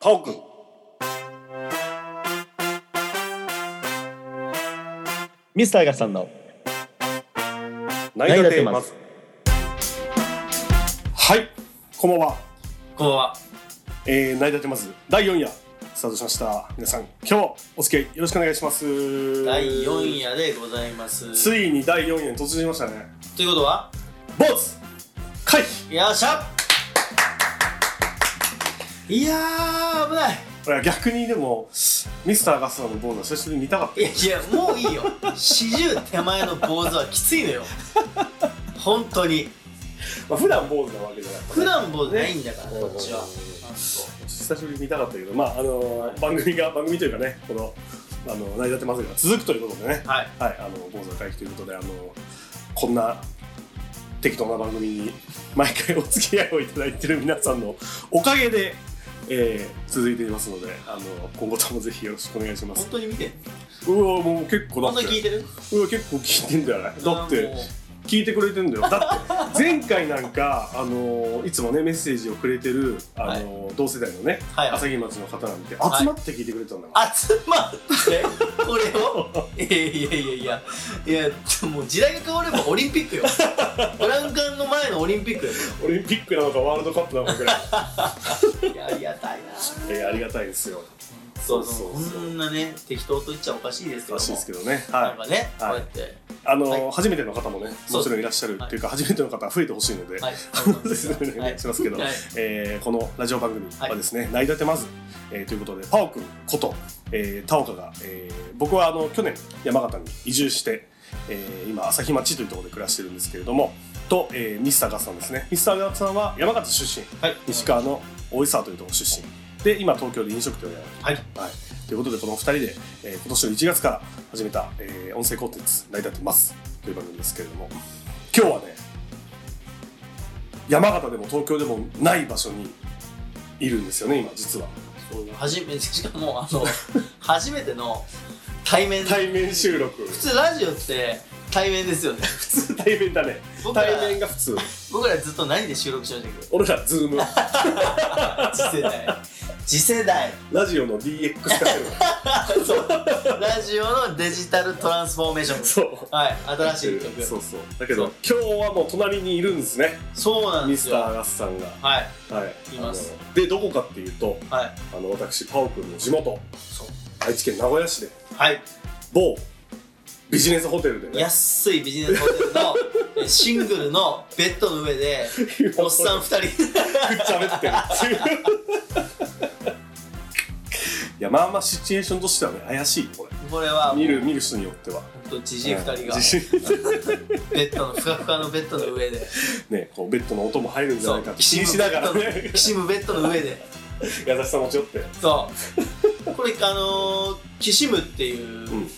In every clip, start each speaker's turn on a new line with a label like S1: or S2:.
S1: パオくん
S2: ミスターガさんの
S1: 何がてますはいこんばんは
S3: こんばんは。
S1: えー、成り立てます第4夜スタートしました皆さん今日もお付き合いよろしくお願いします
S3: 第四夜でございます。
S1: ついに第4夜に突入しましたね
S3: ということは、
S1: ボツ回避
S3: よっしゃいやー、危ない。
S1: これ逆にでもミスターガスさんのボーナス久しぶりに見たかっ
S3: いやいや、もういいよ。四十手前の坊主はきついのよ。本当に。
S1: た、まあ、普段坊主なわけじゃない
S3: 普段坊主ないんだから、
S1: ね
S3: こっちは。
S1: 久しぶりに見たかったけどまああの番組が番組というかねこのあの成り立ってますが続くということでね
S3: はい。
S1: はいあの坊主回避ということであのこんな適当な番組に毎回お付き合いをいただいている皆さんのおかげで、えー続いていますのであの今後ともぜひよろしくお願いしま
S3: 本
S1: す
S3: 当に見てる。
S1: うわもう結構
S3: 本
S1: だ
S3: 当
S1: っ
S3: に聞い
S1: て
S3: てる
S1: うわ結構聞いてんだよねだっ
S3: あー
S1: て
S3: もう
S1: 聞いてくれてんだよだって前回なんか、あのーいつもねメッセージをくれてる、あのー同世代のね、
S3: はいはい。
S1: 朝日町の方なんて
S3: はい
S1: 集まって聞いてくれてたんだから、
S3: 集まって、これをいやいやいやいや、いや、もう時代が変わればオリンピックよ。ブランカンの前のオリンピックよ。
S1: オリンピックなのかワールドカップなのかぐらい
S3: いや、ありがたいな。そ
S1: いやありがたいですよ
S3: うそう。こんなね、適当と言っちゃおかしいですけ
S1: ら
S3: ども。
S1: しいですけどね
S3: なん
S1: は
S3: かね、
S1: はい
S3: こうやって。
S1: いあのー
S3: は
S1: 初めての方もねもちろんいらっしゃるっていうか、初めての方は増えてほしいので、
S3: はい。
S1: そうですねお願いしますけど、
S3: はい
S1: えーこのラジオ番組はですね「内立てまず」えーということでパオくんこと、えー、田岡が、えー僕はあの去年山形に移住して、えー今朝日町というところで暮らしてるんですけれどもと、えーミスターガッツさんですねミスターガッツさんは山形出身
S3: はい。
S1: 西川の大井沢というところ出身で今東京で飲食店をやられて
S3: はい。
S1: る、はい、ということでこの2人で、えー今年の1月から始めた、えー音声コンテンツ「成り立てます」という番組ですけれども今日はね山形でも東京でもない場所にいるんですよね今実は
S3: そうよ初めて、しかも、あの、初めての対面。
S1: 対面収 録
S3: 普通ラジオって対面ですよね。
S1: 普通対面だね
S3: 僕ら
S1: 対面が普通
S3: 僕らずっと何で収録してましたっ
S1: 俺らズーム
S3: けど。次世代。次世代。
S1: ラジオの DX 化してる
S3: そう。ラジオのデジタルトランスフォーメーション。
S1: そう
S3: はい。新しい曲。
S1: そ
S3: そう
S1: うそうだけど今日はもう隣にいるんですね
S3: なんで
S1: ミ
S3: す
S1: ス
S3: よ。
S1: タ
S3: は
S1: ーガスさんが
S3: い。
S1: はい
S3: います
S1: あのでどこかっていうと
S3: はい。
S1: あの私パオ君の地元
S3: そう。
S1: 愛知県名古屋市で
S3: はい。
S1: 某ビジネスホテルで、 ね、
S3: 安いビジネスホテルのえシングルのベッドの上でおっさん2 人
S1: くっちゃべってるっていう いやまあまあシチュエーションとしてはね怪しいよこれ
S3: これはも
S1: 見
S3: う
S1: る見る人によっては
S3: ほんとじじい2人が
S1: 自信
S3: ベッドのふかふかのベッドの 上で
S1: ねこうベッドの音も入るんじゃないかって気にし
S3: ベ
S1: な
S3: ッ
S1: が
S3: ド
S1: ら
S3: の
S1: ね
S3: きしむベッドの上で
S1: 優しさ持ち寄って
S3: そうこれあのー、きしむっていううん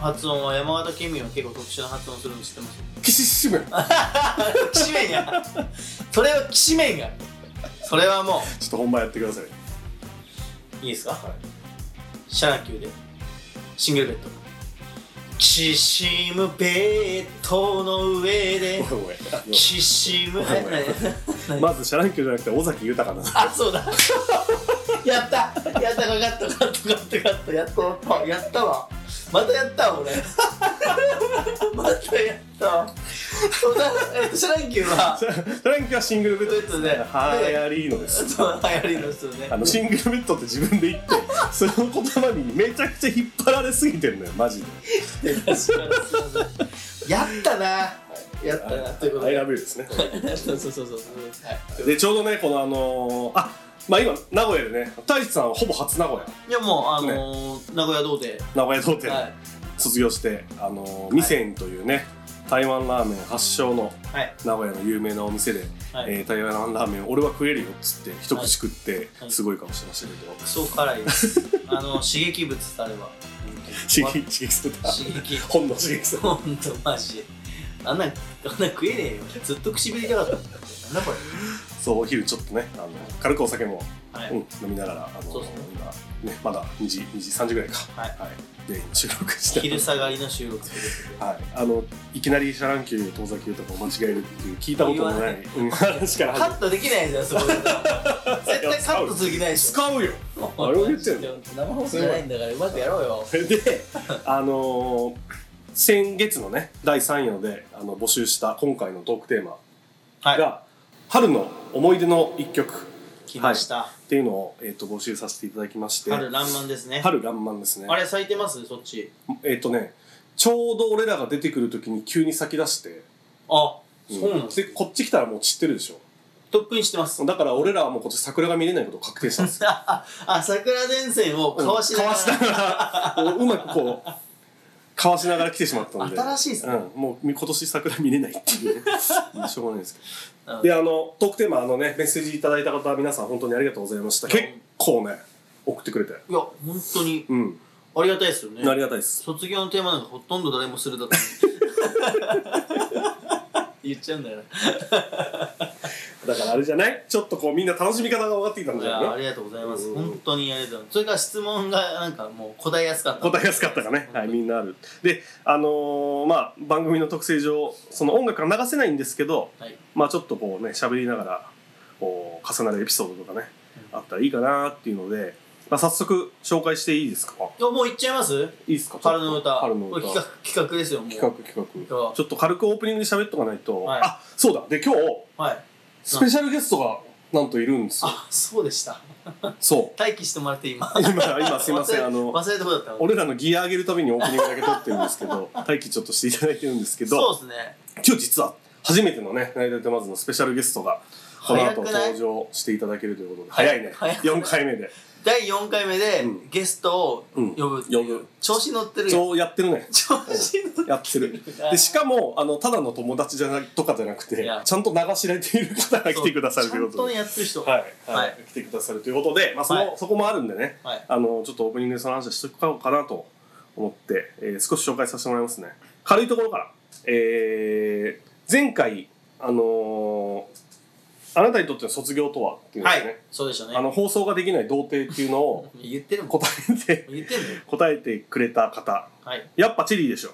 S3: 発音は山形県民は結構特殊な発音するの知ってます
S1: キシシム
S3: きしめんやそれはきしめんやそれはも
S1: ちょっと本番やってくださ いう
S3: いいですか
S1: はい
S3: シャラキューでシングルベッドきしむベッドの上で
S1: ごめんごめんあの
S3: きしむ
S1: はいはいまずシャランキューじゃなくて尾崎豊なんです
S3: あそうだ やったやったかかったかったかったかったやっとあやったわまたやったわ 俺またやったわそうだえっとシャランキューは
S1: シャランキューはシングルベッドですね
S3: ベッドで
S1: はいありので
S3: ちょ
S1: す
S3: っと流行りの人ね
S1: あのシングルベッドって自分で言ってその言葉にめちゃくちゃ引っ張られすぎてるのよマジで
S3: 確かに すいませんやったなやったなということ
S1: アイ
S3: で
S1: ラブユーですね
S3: そうそうそうそうはい
S1: でちょうどねこのあのーあまあ今名古屋でね太一さんはほぼ初名古屋
S3: いやもうあのー名古屋どうで
S1: 名古屋童
S3: は
S1: 貞
S3: い
S1: 卒業して、あのー、ミセンというね台湾ラーメン発祥の
S3: はい
S1: 名古屋の有名なお店で、
S3: はい
S1: えー台湾ラーメン俺は食えるよっつって一口食って
S3: はい
S1: すごい顔してましたけど、
S3: ク ソ辛いですあの刺激物されば
S1: 刺激刺激された
S3: 刺激
S1: 本の刺激された
S3: ほんとマジであんなあんな食えねえよずっと口紅痛かったなんだこ
S1: そうお昼ちょっとねあの軽くお酒も
S3: れは い、
S1: うん、飲みながら、あの
S3: そうそう
S1: 今、ね、まだ2時、2時、3時ぐらいか、
S3: はい
S1: で、今収録して
S3: 昼下がりの収録ということで
S1: はい、あの、いきなりシャランキュー、遠ざきゅうとか間違えるっていう、聞いたこともない
S3: 言
S1: うん話から
S3: カ
S1: 始め
S3: ットできないじゃんそこで絶対カカットする気ないでしょ
S1: 使うよ
S3: もう
S1: あれを言ってんの
S3: 生放送じゃないんだからうまくやろうよ
S1: であのー先月のね第3夜であの募集した今回のトークテーマ
S3: は
S1: が、春の思い出の一曲
S3: 来ました、
S1: っていうのを、えっと募集させていただきまして
S3: 春爛漫ですね
S1: 春爛漫ですね
S3: あれ咲いてますそっち
S1: えっ、とねちょうど俺らが出てくる時に急に先出して、
S3: あ
S1: うん
S3: そうなんです
S1: でこっち来たらもう散ってるでしょ
S3: トップにしてます
S1: だから俺らはもうこっち桜が見れないことを確定したんですよ
S3: あ桜前線をかわしなが
S1: か
S3: ら、
S1: わしながらこううまくこうかわしながら来てしまったんで
S3: 新しいですね
S1: うん、もう今年桜見れないっていうし ょうがないですけど、
S3: うん
S1: であのトークテーマあのねメッセージいただいた方皆さん本当にありがとうございました
S3: うん
S1: 結構ね送ってくれて
S3: いや本当に
S1: うん、
S3: ありがたいですよね
S1: ありがたいです
S3: 卒業のテーマなんかほとんど誰もする だと言っちゃうんだよな
S1: だからあれじゃないちょっとこうみんな楽しみ方が分かってきたん
S3: い
S1: じゃない
S3: や
S1: の
S3: ありがとうございます、
S1: うん
S3: 本当にありがとうございますそれから質問がなんかもう答えやすかった
S1: 答えやすかったかね、はい、みんなあるであのーまあ番組の特性上その音楽は流せないんですけど
S3: はい
S1: まあちょっとこうね喋りながらこう重なるエピソードとかねあったらいいかなっていうので、まあ、早速紹介していいですか
S3: いやもう言っちゃいます
S1: いいですか
S3: 春の歌
S1: 春の
S3: これ
S1: 歌
S3: 企画企画ですよもう
S1: 企画企
S3: い
S1: 画
S3: や
S1: ちょっと軽くオープニングで喋っとかないと、
S3: はい
S1: あそうだで今日
S3: はい
S1: スペシャルゲストがなんといるんですよ
S3: あそうでした
S1: そう
S3: 待機してもらって今
S1: 今今すいませんあの
S3: 忘れたことだった
S1: 俺らのギア上げるためにオープニングだけ撮ってるんですけど待機ちょっとしていただいてるんですけど
S3: そうですね
S1: 今日実は初めてのね「ナイト・テマズ」のスペシャルゲストがこの
S3: 早
S1: 後
S3: くない
S1: 登場していただけるということで
S3: 早
S1: 早
S3: い
S1: いね
S3: 早い
S1: 4回目で
S3: 第4回目で
S1: うん
S3: ゲストを
S1: うん
S3: 呼ぶっていう
S1: 呼ぶ
S3: 調子乗ってるよ
S1: そうやってる ね
S3: 調子乗ってる
S1: やってるでしかもあのただの友達じゃなとかじゃなくて
S3: いや
S1: ちゃんと流し入れている方が来てくださるというこ
S3: そ
S1: と
S3: うちゃんとね
S1: で
S3: やってる人
S1: はい、はい
S3: はい
S1: 来てくださるということで、まあその
S3: はい
S1: そこもあるんでね
S3: はい
S1: あのちょっとオープニングでその話をしてこようかなと思って、えー少し紹介させてもらいますね軽いところから、えー前回あのーあなたにとっての卒業とは」っていうの
S3: は
S1: でね、
S3: いそうでしたね
S1: あの放送ができない童貞っていうのを
S3: 言ってるもん
S1: 答えて
S3: 言ってんのよ
S1: 答えてくれた方
S3: はい
S1: やっぱチェリーでしょ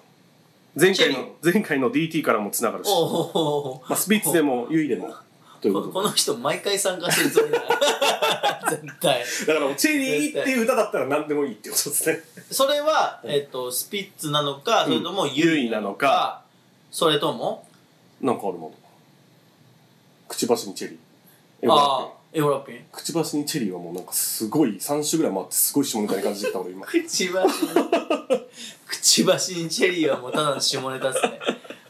S1: 前回
S3: チェリ
S1: の前回の DT からもつながるし、
S3: おお
S1: まあ、スピッツでもユイでもというこ
S3: こ
S1: で
S3: とこの人毎回参加してるつ もりだ絶対
S1: だからもうチェリーっていう歌だったら何でもいいってことですね
S3: それは、
S1: うん
S3: えっとスピッツなのか
S1: うん
S3: それとも
S1: ユ
S3: ユ
S1: イ
S3: イ
S1: な
S3: な
S1: の
S3: の
S1: か
S3: かそれとも
S1: なんかあるものくちばしにチェリーエゴラッ
S3: ああエゴラッピン
S1: ピンくちばしにチェリーはもうなんかすごい3種ぐらい回ってすごい下ネタに感じてきた 俺今
S3: くちばしにくちばしにチェリーはもうただの下ネタっすね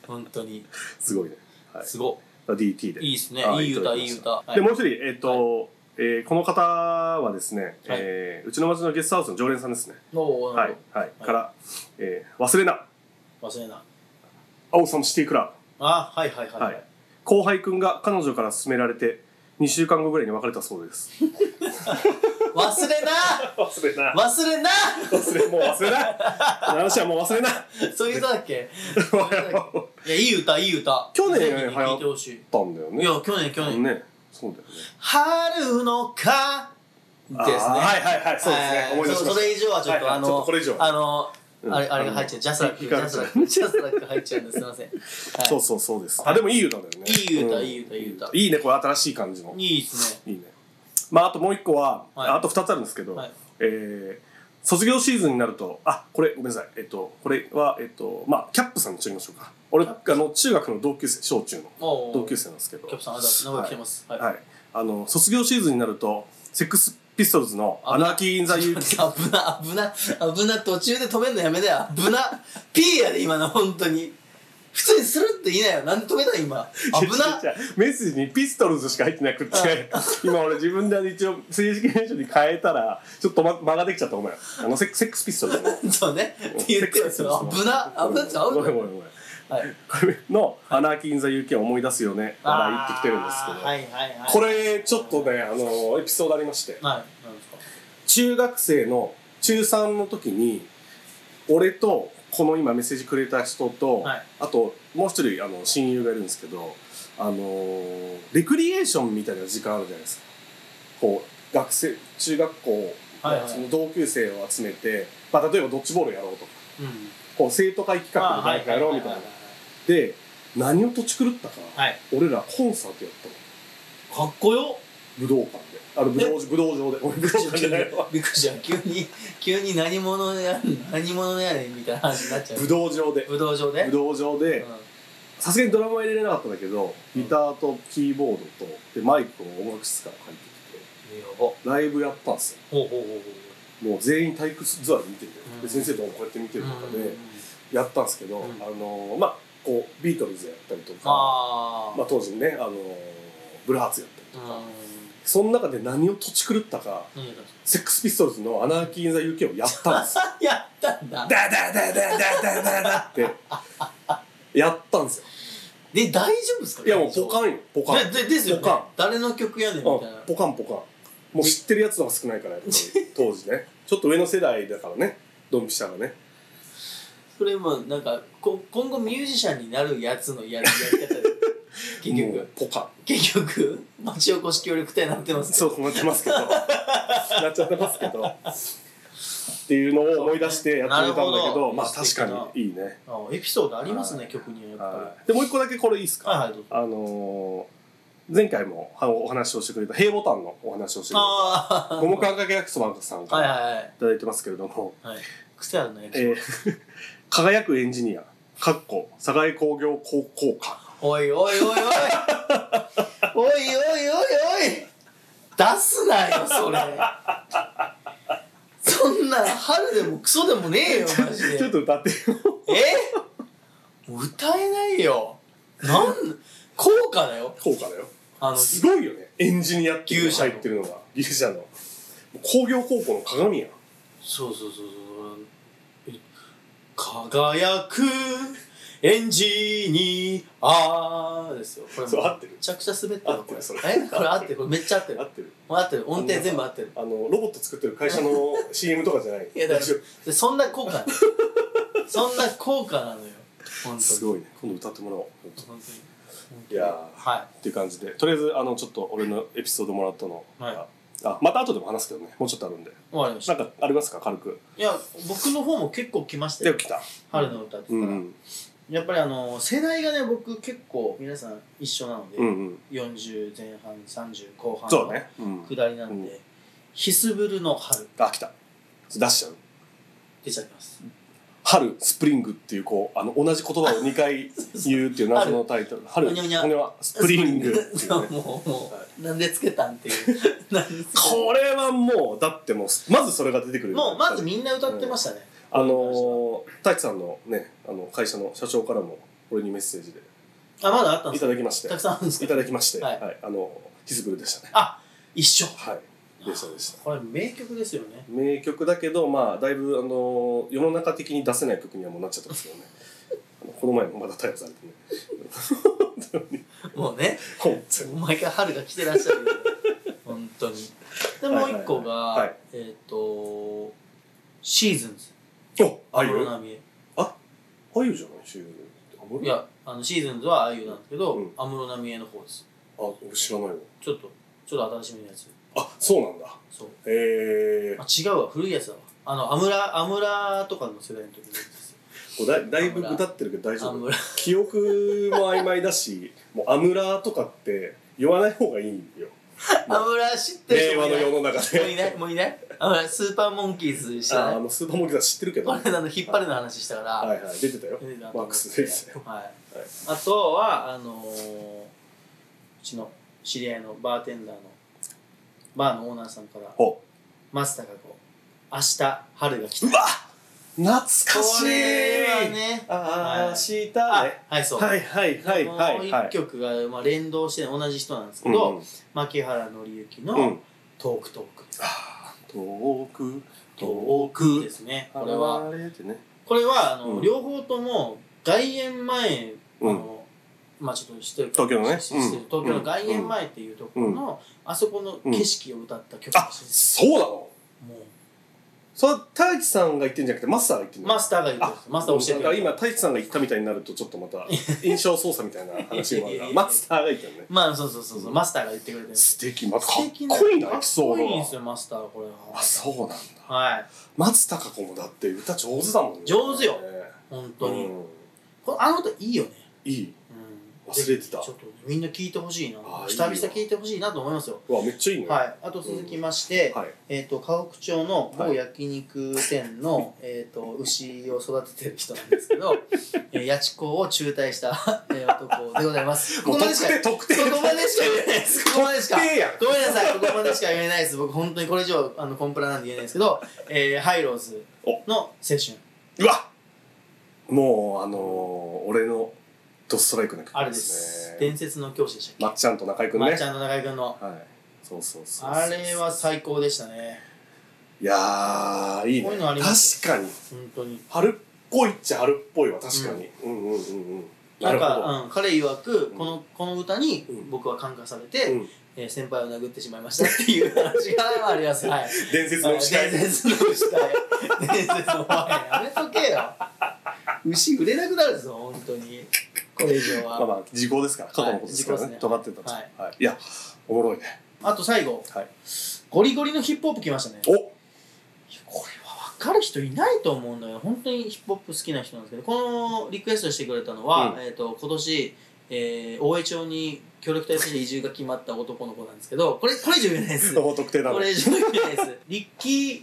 S3: 本当に
S1: すごいね、はい、
S3: すご
S1: DT で
S3: いいいですね
S1: はい
S3: いい
S1: た
S3: 歌
S1: だきま
S3: いい
S1: した
S3: 歌はい
S1: でもう一人、えっとえーこの方はですね、えーうちの町のゲストハウスの常連さんですね、
S3: おーな
S1: はい
S3: る
S1: はい、から、えー忘れな
S3: ほど忘れな
S1: 青さんシティクラ
S3: あはいはいはい
S1: ブ、はい、後輩くんが彼女から勧められて2週間後ぐらいに別れたそうです
S3: 忘れな
S1: 忘れな
S3: 忘れな
S1: 忘れもう忘れなこの話はもう忘れな
S3: そういう歌だ っけ
S1: 笑
S3: いやいい歌いい歌
S1: 去年
S3: ぜひ聞いてほしい
S1: ったんだよ
S3: い
S1: ね
S3: や去年去年
S1: ねそうだよね
S3: 春のかですね。
S1: あーはいはいはいそうですね
S3: はい
S1: 思い出しました
S3: そそれ以上はちょっと、
S1: はいはい
S3: あの、
S1: ちょっとこれ以上は
S3: あの、
S1: うん
S3: あれあれが入っちゃう、ジャスラック、
S1: い
S3: ジ
S1: いから
S3: ャスラック、ジャスラック入っちゃうんです、すみません。はい、
S1: そうそうそうですあでもいい歌だよね
S3: いい歌
S1: うん
S3: いい歌いい歌
S1: いいねこれ新しい感じの
S3: いいですね。
S1: いいね。まあ、あともう一個は、
S3: はい
S1: あと二つあるんですけど、
S3: はい
S1: えー卒業シーズンになると、あ、これ、ごめんなさい。えっと、これは、えっと、まあ、キャップさんに言いましょうか。俺、あの、中学の同級生、小中の
S3: お
S1: 同級生
S3: 生。
S1: なんですけど、
S3: キャプさん、あれだ、名古屋来てます。はい。
S1: はい。あの、卒業シーズンになると、セックスピストルズのアナーキー・イン・ザ・ユー
S3: 危な、危な、危な、途中で止めんのやめだよ。危な、 ピーやで、今の、本当に。普通にするって言いなよ。なんで止めた、今。 危
S1: 違
S3: な。
S1: う違 うメッセージにピストルズしか入ってなくって、 今俺自分であの一応正式名称に変えたら、ちょっとま間ができちゃったお前。あのセックセックスピストルズの。
S3: そうね。って言ってよ、それ。危な、危なっちゃう
S1: ごめん
S3: の。
S1: ごめんごめん。
S3: はい。
S1: これの「アナーキー・イン・ザ・ UK」を思い出すよね笑いってきてるんですけ
S3: あ
S1: ど、
S3: ーはいはいはい。
S1: これちょっとねあのエピソードありまして
S3: はい、なんですか。
S1: 中学生の中3の時に俺とこの今メッセージくれた人と、
S3: はい
S1: あともう一人あの親友がいるんですけどあのーレクリエーションみたいな時間あるじゃないですかこう学生中学校、
S3: はいはい
S1: その同級生を集めて、まあ、例えばドッジボールやろうとか
S3: うん。
S1: こう生徒会企画で何かやろうみたいな。で何を土地狂ったか、
S3: はい。
S1: 俺らコンサートやったの
S3: かっこよ。
S1: 武道館であの武道武道場で俺武道館じゃないわ
S3: びっくりした急に急に何者や何者やねんみたいな話になっちゃう
S1: 武道場で
S3: 武道場で
S1: 武道場
S3: う
S1: で
S3: ん
S1: さすがにドラムは入れれなかったんだけどギターとキーボードとでマイクを音楽室から借りてき
S3: えやばほう
S1: てライブやったんですよ
S3: ほうほうほ
S1: もう全員体育座り見てて、
S3: うん
S1: で先生ともこうやって見て
S3: う
S1: る中
S3: うんうんうん
S1: でやったんですけど、
S3: うん
S1: あのまあこうビートルズやったりとか
S3: あ
S1: まあ、当時ねあのブルーハーツやったりと
S3: あ
S1: か、その中で何をとち狂ったか
S3: うん何やったん
S1: セックスピストルズの「アナーキー・イン・ザ・ UK」をやったんですよ
S3: やったん だ
S1: ダダダダダダダダって やったんですよ
S3: で大丈夫ですか
S1: いやもうポカンよポカン
S3: ででですよね
S1: ポカン
S3: 誰の曲やねんみたいな
S1: うんポカンポカンもう知ってるやつの方が少ないからやっ ぱり当時ねちょっと上の世代だからねドンピシャがね
S3: それもなんかこ今後ミュージシャンになるやつのやるや り方で結
S1: もう
S3: 局
S1: ポカン
S3: 結局町おこし協力隊になってますね
S1: そうなってますけど なっちゃってますけどっていうのを思い出してやってみたんだけ
S3: なる
S1: ど
S3: ほど
S1: まあ確かにいいね、
S3: あエピソードあります
S1: は
S3: ね
S1: い
S3: 曲にはやっぱ
S1: はいでもう一個だけこれいいです
S3: りは
S1: か、
S3: いはいどうぞ
S1: あのー前回もはお話をしてくれた「平ボタン」のお話をしてくれ
S3: あ
S1: た
S3: あ
S1: 桃川かけ焼きそばさんか
S3: はい
S1: ら
S3: はいはい
S1: いただいてますけれども、
S3: はい癖あるね
S1: えー 輝くエンジニア」かっこ「佐賀工業高校科」
S3: おいおいおいおいおいおいおいおい出すなよそれそんな春でもクソでもねえよマジ で
S1: ちょっと歌ってよ
S3: えもう歌えないよなん効果だよ
S1: 効果だよ
S3: あの
S1: すごいよねエンジニアっていうのが
S3: 牛舎
S1: 入
S3: の
S1: ってるのが牛舎の工業高校の鏡やん
S3: そうそうそうそうえ輝くエンジニアですよこれ
S1: そう
S3: め
S1: 合ってる
S3: ちゃくちゃ滑ってる
S1: 合ってるそれ
S3: えこれ合ってるこれめっちゃ合ってる
S1: 合ってる
S3: 合ってる音程全部合ってる
S1: あのロボット作ってる会社 の CM とかじゃない
S3: いやだから
S1: 大丈夫
S3: でそんな 効果そんな効果なのよ本当に
S1: すごいね今度歌ってもらおう本当
S3: 本当に
S1: いやー
S3: は
S1: っていう感じでとりあえずあのちょっと俺のエピソードもらったのが、
S3: はい
S1: あまた後でも話すけどねもうちょっとあるんで
S3: い終わりまし
S1: な
S3: た
S1: んかありますか軽く
S3: いや僕の方も結構来ました
S1: で
S3: よ
S1: 来た
S3: 春の歌って
S1: う
S3: 言
S1: ん
S3: っ
S1: うん
S3: たら、やっぱりあの世代がね僕結構皆さん一緒なので、
S1: うんうん
S3: 40前半30後半
S1: そうね、うん、
S3: 下りなんで、
S1: う
S3: ヒスブルの春
S1: あ来た出しちゃう
S3: 出ちゃいます
S1: 春スプリングっていうこうあの同じ言葉を2回言うっていう謎のタイトル春
S3: ほにゃほにゃ
S1: ほにゃはスプリングっていう
S3: そ
S1: ね
S3: うもうもうなんでつけたんっていうなんでつけたん
S1: これはもうだってもうまずそれが出てくる
S3: もうまずみんな歌ってましたね、
S1: あのー、太一さんのねあの会社の社長からも俺にメッセージで
S3: あまだあったんで
S1: い
S3: す
S1: た
S3: か
S1: だきまして
S3: たくさんあるんです
S1: い
S3: か
S1: ただきまして、は
S3: はいい
S1: あのヒズブルでしたね
S3: あ一緒
S1: はいでしたでした
S3: これ名曲ですよね
S1: 名曲だけどまあだいぶ、あのー世の中的に出せない曲にはもうなっちゃってますけどねあのこの前もまだ逮捕されてね
S3: もうね
S1: 本当に
S3: 毎回春が来てらっしゃるよ ね本当にでもう一個が、
S1: はいはいはい
S3: えっ、とシーズンズ
S1: おあゆ
S3: 安室奈美恵
S1: あゆじゃないシーズン
S3: いやあのシーズンズはああいうなんですけど
S1: うん
S3: 安室奈美恵の方です
S1: あ俺知らないわ
S3: ちょっとちょっと新しめのやつ
S1: あそうなんだ
S3: そう
S1: ええ
S3: あ違うわ古いやつだわあの安室安室とかの世代の時のやつですよ
S1: こうだだいぶ歌ってるけど大丈
S3: 安
S1: 夫
S3: 室
S1: 記憶も曖昧だしもうアムラーとかって言わない方がいいよ
S3: 安室知ってる
S1: 令
S3: 人も
S1: 和の
S3: いない
S1: 世の中
S3: もうい
S1: で
S3: ないもういない安室スーパーモンキーズ知
S1: あ
S3: らな
S1: あ
S3: い
S1: のスーパーモンキーさん知ってるけど、
S3: これあの引っ張るの話したから、
S1: はいはい出てたよ
S3: 出てたと
S1: マ
S3: 思
S1: ッ
S3: う
S1: クスですよ
S3: はい
S1: はい、
S3: あとはあのーうちの知り合いのバーテンダーのバーのオーナーさんから
S1: お
S3: マスターがこう明日春が来た
S1: うわ懐かし
S3: こ
S1: い、
S3: れはね
S1: ああ明日
S3: あ
S1: ね
S3: はいそう、
S1: はいはいはいは
S3: もう
S1: いは
S3: 一
S1: い
S3: 曲が、まあ、連動して同じ人なんですけ
S1: うん
S3: ど、牧原紀之
S1: う
S3: の
S1: ん
S3: 「トークトーク」です、
S1: 遠く
S3: ト
S1: 遠
S3: ークで
S1: く
S3: すね
S1: あ
S3: これは
S1: れってね
S3: これはあの、
S1: うん
S3: 両方とも外苑前あ
S1: うん
S3: の、まあちょっと知ってる
S1: 東京のね
S3: 知ってる
S1: うん
S3: 東京の外苑前っていうところの、あそこの景色を歌った曲
S1: あ
S3: です、
S1: そうなの
S3: もう
S1: それは太一さんが言ってんじゃなくてマスターが言ってんの
S3: マスターが言ってるんですマスター教えて
S1: なん
S3: くれ
S1: か
S3: る
S1: 今太一さんが言ったみたいになるとちょっとま た印象操作みたいな話にもあるが
S3: いやいやいやいや
S1: マスターが言ったのね
S3: まあそうそうそうそうマスターが言ってくれてるんです
S1: 素敵またか
S3: 素
S1: っ
S3: 敵
S1: こいいな
S3: か
S1: エ
S3: っ
S1: ピソー
S3: こい
S1: ド
S3: いんです
S1: が
S3: よマスターこれは
S1: あそうなんだ
S3: はい
S1: 松たか子もだって歌上手だもんね
S3: 上手よ本当に、
S1: うん
S3: このあの歌いいよね
S1: いい
S3: うん
S1: 忘れてた
S3: ぜひちょっとみんな聞いてほしいな
S1: あーいい
S3: 久
S1: よ
S3: 々聞いてほしいなと思いますよ
S1: うわめっちゃいいねは
S3: はい、あと続きまして、
S1: い
S3: えっ、と河北町の
S1: は
S3: 某
S1: い
S3: 焼肉店の、 えっと牛を育ててる人なんですけど、えー、八千子を中退した、えー、男でござ います。こ
S1: も
S3: こ
S1: う
S3: ま
S1: 特
S3: でしか
S1: 定特定
S3: そこまでしか言えな いです。ここまでしか。
S1: 特定やん
S3: ごめんなさい、ここまでしか言えないです。僕本当にこれ以上あのコンプラなんて言えないですけど、えー、ハイローズの青春
S1: うわもうあのー、俺のドストライクな曲
S3: あれです。
S1: ね
S3: 伝説の教師でした
S1: ま
S3: っ
S1: っちゃんと中居
S3: け？
S1: 君
S3: ま
S1: ね
S3: っちゃんと中居君の
S1: はいそうそうそうそう
S3: あれは最高でしたね。
S1: いやーいいね
S3: こういうのあります
S1: 確かに
S3: 本当に。
S1: 春っぽいっちゃ春っぽいわ確かに、うん、うんうんうん
S3: な
S1: なんるほ
S3: か
S1: ど、
S3: うん、彼曰く
S1: うん
S3: このこの歌に
S1: うん
S3: 僕は感化されて、
S1: うん
S3: えー先輩を殴ってしまいましたっていう話があります。はい。
S1: 伝説の牛飼い
S3: 伝説の牛飼い。伝説のお前やめとけよ。牛売れなくなるぞ本当に。これ以上
S1: まあ
S3: は。
S1: まあ時効ですから過去のことですからね,、
S3: はい時効
S1: 尖
S3: で
S1: ってたんです
S3: はい
S1: はい、いやおもろいね
S3: あと最後、
S1: はい
S3: ゴリゴリのヒップホップ来ましたね。
S1: お
S3: いやこれは分かる人いないと思うんだよ本当にヒップホップ好きな人なんですけどこのリクエストしてくれたのは、
S1: うん
S3: えー、と今年、えー、大江町に協力隊として移住が決まった男の子なんですけどこれこれ以上言えないです
S1: 人
S3: こ
S1: も特定だね
S3: れ以上言えないですリッキー・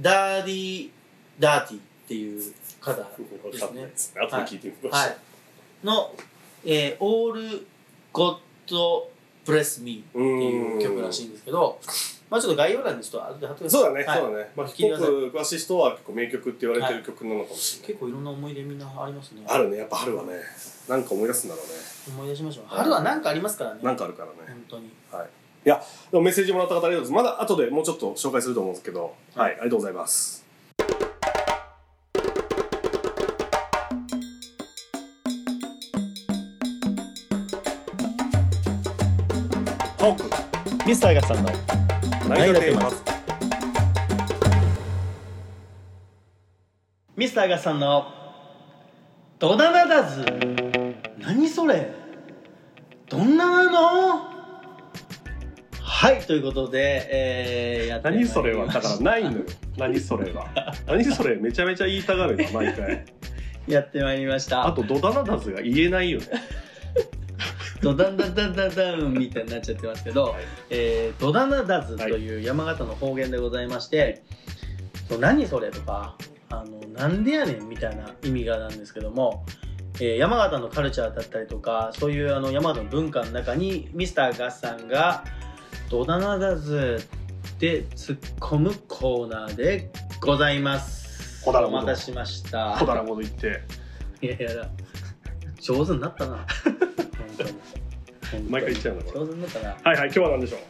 S3: ダーディ・ダーティっていう方
S1: わかんないですね後で聞いてみまし
S3: は
S1: ょう、
S3: い、の、えー「オール・ゴッド・ブレス・ミ
S1: う
S3: ー」って
S1: ーん
S3: いう曲らしいんですけどまあちょっと概要欄にちょっと後で貼ってください
S1: そうだね、
S3: はい
S1: そうだね。まあ、
S3: 聞い
S1: ヒ
S3: て
S1: ッ
S3: くだ
S1: プ
S3: さ
S1: ホ
S3: い
S1: ップ詳しい人は結構名曲って言われてる曲なのかもしれない。
S3: 結構いろんな思い出みんなありますね
S1: あるね、やっぱ春はね、なんか思い出すんだろうね。
S3: 思い出しましょう春は何かありますからね
S1: なん
S3: 本
S1: かあるからね。
S3: 当に
S1: でもメッセージもらった方ありがとうございます。まだ後でもうちょっと紹介すると思うんですけど、
S3: は
S1: はいい、ありがとうございます。トーク
S2: ミスターガスさんの
S1: 何がテーマ
S3: ミスターガスさんの「ドナナダズ」何それどんなのはいということで、えー、やってまい
S1: 何
S3: りました
S1: それはだからないのよ何それは何それめちゃめちゃ言いたがるよ毎 回
S3: やってまいりました
S1: あとドダナダズが言えないよね
S3: ドダンダダダダンみたいになっちゃってますけど、
S1: はい
S3: えードダナダズという山形の方言でございまして、そう何それとかあのなんでやねんみたいな意味がなんですけども、えー山形のカルチャーだったりとかそういうあの山形の文化の中にミスターガスさんが「ドダナダズ」で突っ込むコーナーでございます。
S1: 小だら
S3: お
S1: もど
S3: 待たせしました。
S1: 小だらもの言って
S3: いやいや上手になったな本当に
S1: 毎回言っちゃうんだこれ
S3: 上手になったな
S1: はいはい今日は何でしょう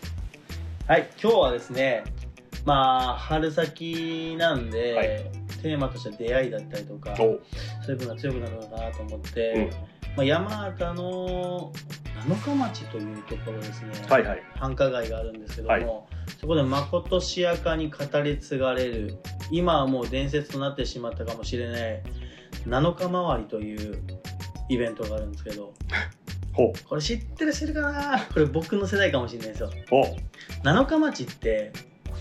S3: はい今日はですねまあ春先なんで、
S1: はい
S3: テーマとして出会いだったりとかそう
S1: お
S3: いう部分が強くなるのかなと思って、
S1: うん
S3: まあ、山形の七日町というところですね、
S1: はいはい
S3: 繁華街があるんですけども、
S1: はい
S3: そこでまことしやかに語り継がれる今はもう伝説となってしまったかもしれない7日回りというイベントがあるんですけど
S1: ほ
S3: これ知ってる知るかなこれ僕の世代かもしれないですよ
S1: うおう
S3: 7日町って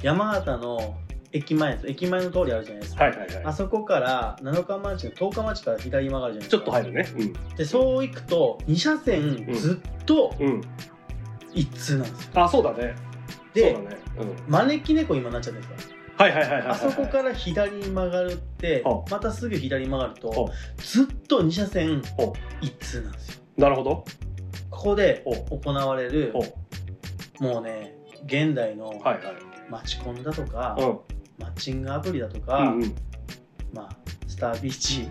S3: 山形の駅前です駅前の通りあるじゃないですか、
S1: はいはい
S3: あ
S1: は
S3: そこから7日町の10日町から左に曲がるじゃないです
S1: いち
S3: か
S1: ょっと入るね
S3: でそう行くと2車線ずっと
S1: うんうん
S3: 一通なんですよ、
S1: あそうだね
S3: で、
S1: そうだねうん
S3: 招き猫今なっちゃってるんですよ
S1: はいはいはいはいはい
S3: あそこから左に曲がるって、
S1: は
S3: またすぐ左に曲がると、
S1: は
S3: ずっと2車線
S1: は
S3: 一通なんですよ
S1: なるほど
S3: ここで
S1: お
S3: 行われる
S1: お
S3: もうね現代の
S1: はいはい
S3: マチコンだとか、
S1: うん
S3: マッチングアプリだとか、
S1: うんうん
S3: まあスタービーチ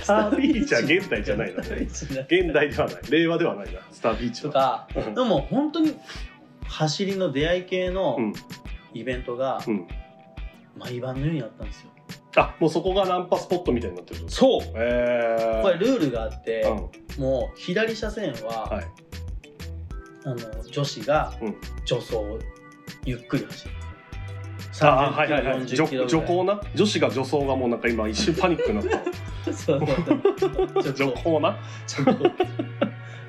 S1: スタービーチは現代じゃないな
S3: スタービーチじゃない
S1: 現代ではない令和ではないなスタービーチ
S3: と
S1: は
S3: か
S1: うん
S3: でも本当に走りの出会い系の
S1: うん
S3: イベントが
S1: うん
S3: 毎晩のようにあったんですよ、
S1: あもうそこがナンパスポットみたいになってる
S3: そう
S1: えー
S3: これルールがあって、
S1: うん
S3: もう左車線は、
S1: はい
S3: あの女子が
S1: うん
S3: 助走をゆっくり走る。
S1: あ
S3: 30
S1: はいはいはい
S3: 40
S1: 女
S3: キロぐらい
S1: 女高な女子が女装がもうなんか今一瞬パニックになっ
S3: そう そう そ
S1: た
S3: う。徐
S1: 女
S3: 行。
S1: 高な
S3: 徐行。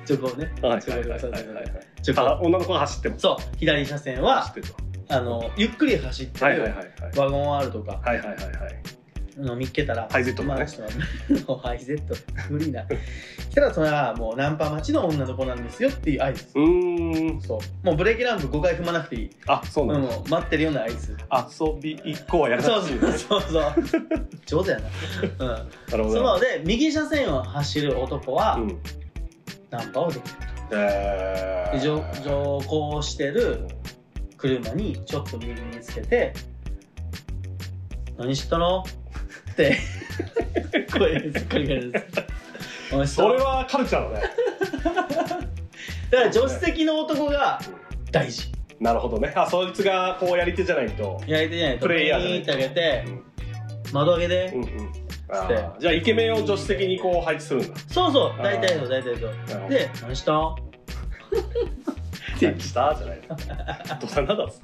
S3: 徐行ね。
S1: はい
S3: 徐行そうそうそう徐
S1: あ
S3: 行。
S1: 女の子が走ってます
S3: そう、左車線
S1: 走
S3: は
S1: っ、てた
S3: あの、ゆっくり走って
S1: はいはい
S3: る
S1: はいはい
S3: ワゴン R とか、
S1: はいはいはいはい
S3: 飲みっけたら
S1: ハイゼットとかね
S3: まあちょっとハイゼット無理な来たらそれはもうナンパ待ちの女の子なんですよっていう合図
S1: うーん
S3: そうもうブレーキランプ5回踏まなくていい、
S1: あそう
S3: う、
S1: なんの、
S3: もう待ってるような合図
S1: 遊び以降はやら
S3: そう
S1: なしい
S3: そ
S1: ね
S3: うそうそう上手やな、うん、
S1: なるほ
S3: そ
S1: ど
S3: ので右車線を走る男は、
S1: うん
S3: ナンパをできる
S1: え
S3: で
S1: ー
S3: 乗乗降してる車にちょっと右につけて「何したの?」って声すっかりかけです。おい
S1: それ
S3: う
S1: はカルチャーだね
S3: だから助手席の男が大事
S1: なるほどねあそいつがこうやり手じゃないと
S3: やり手じゃないと
S1: プレイヤーじゃない
S3: ピンってあげて窓開けて、
S1: うんうんあーじゃあイケメンを助手席にこう配置する んだ
S3: そうそう大体そう大体そう
S1: なるほど
S3: で「何したん?」
S1: 何したじゃないですかドタナだっす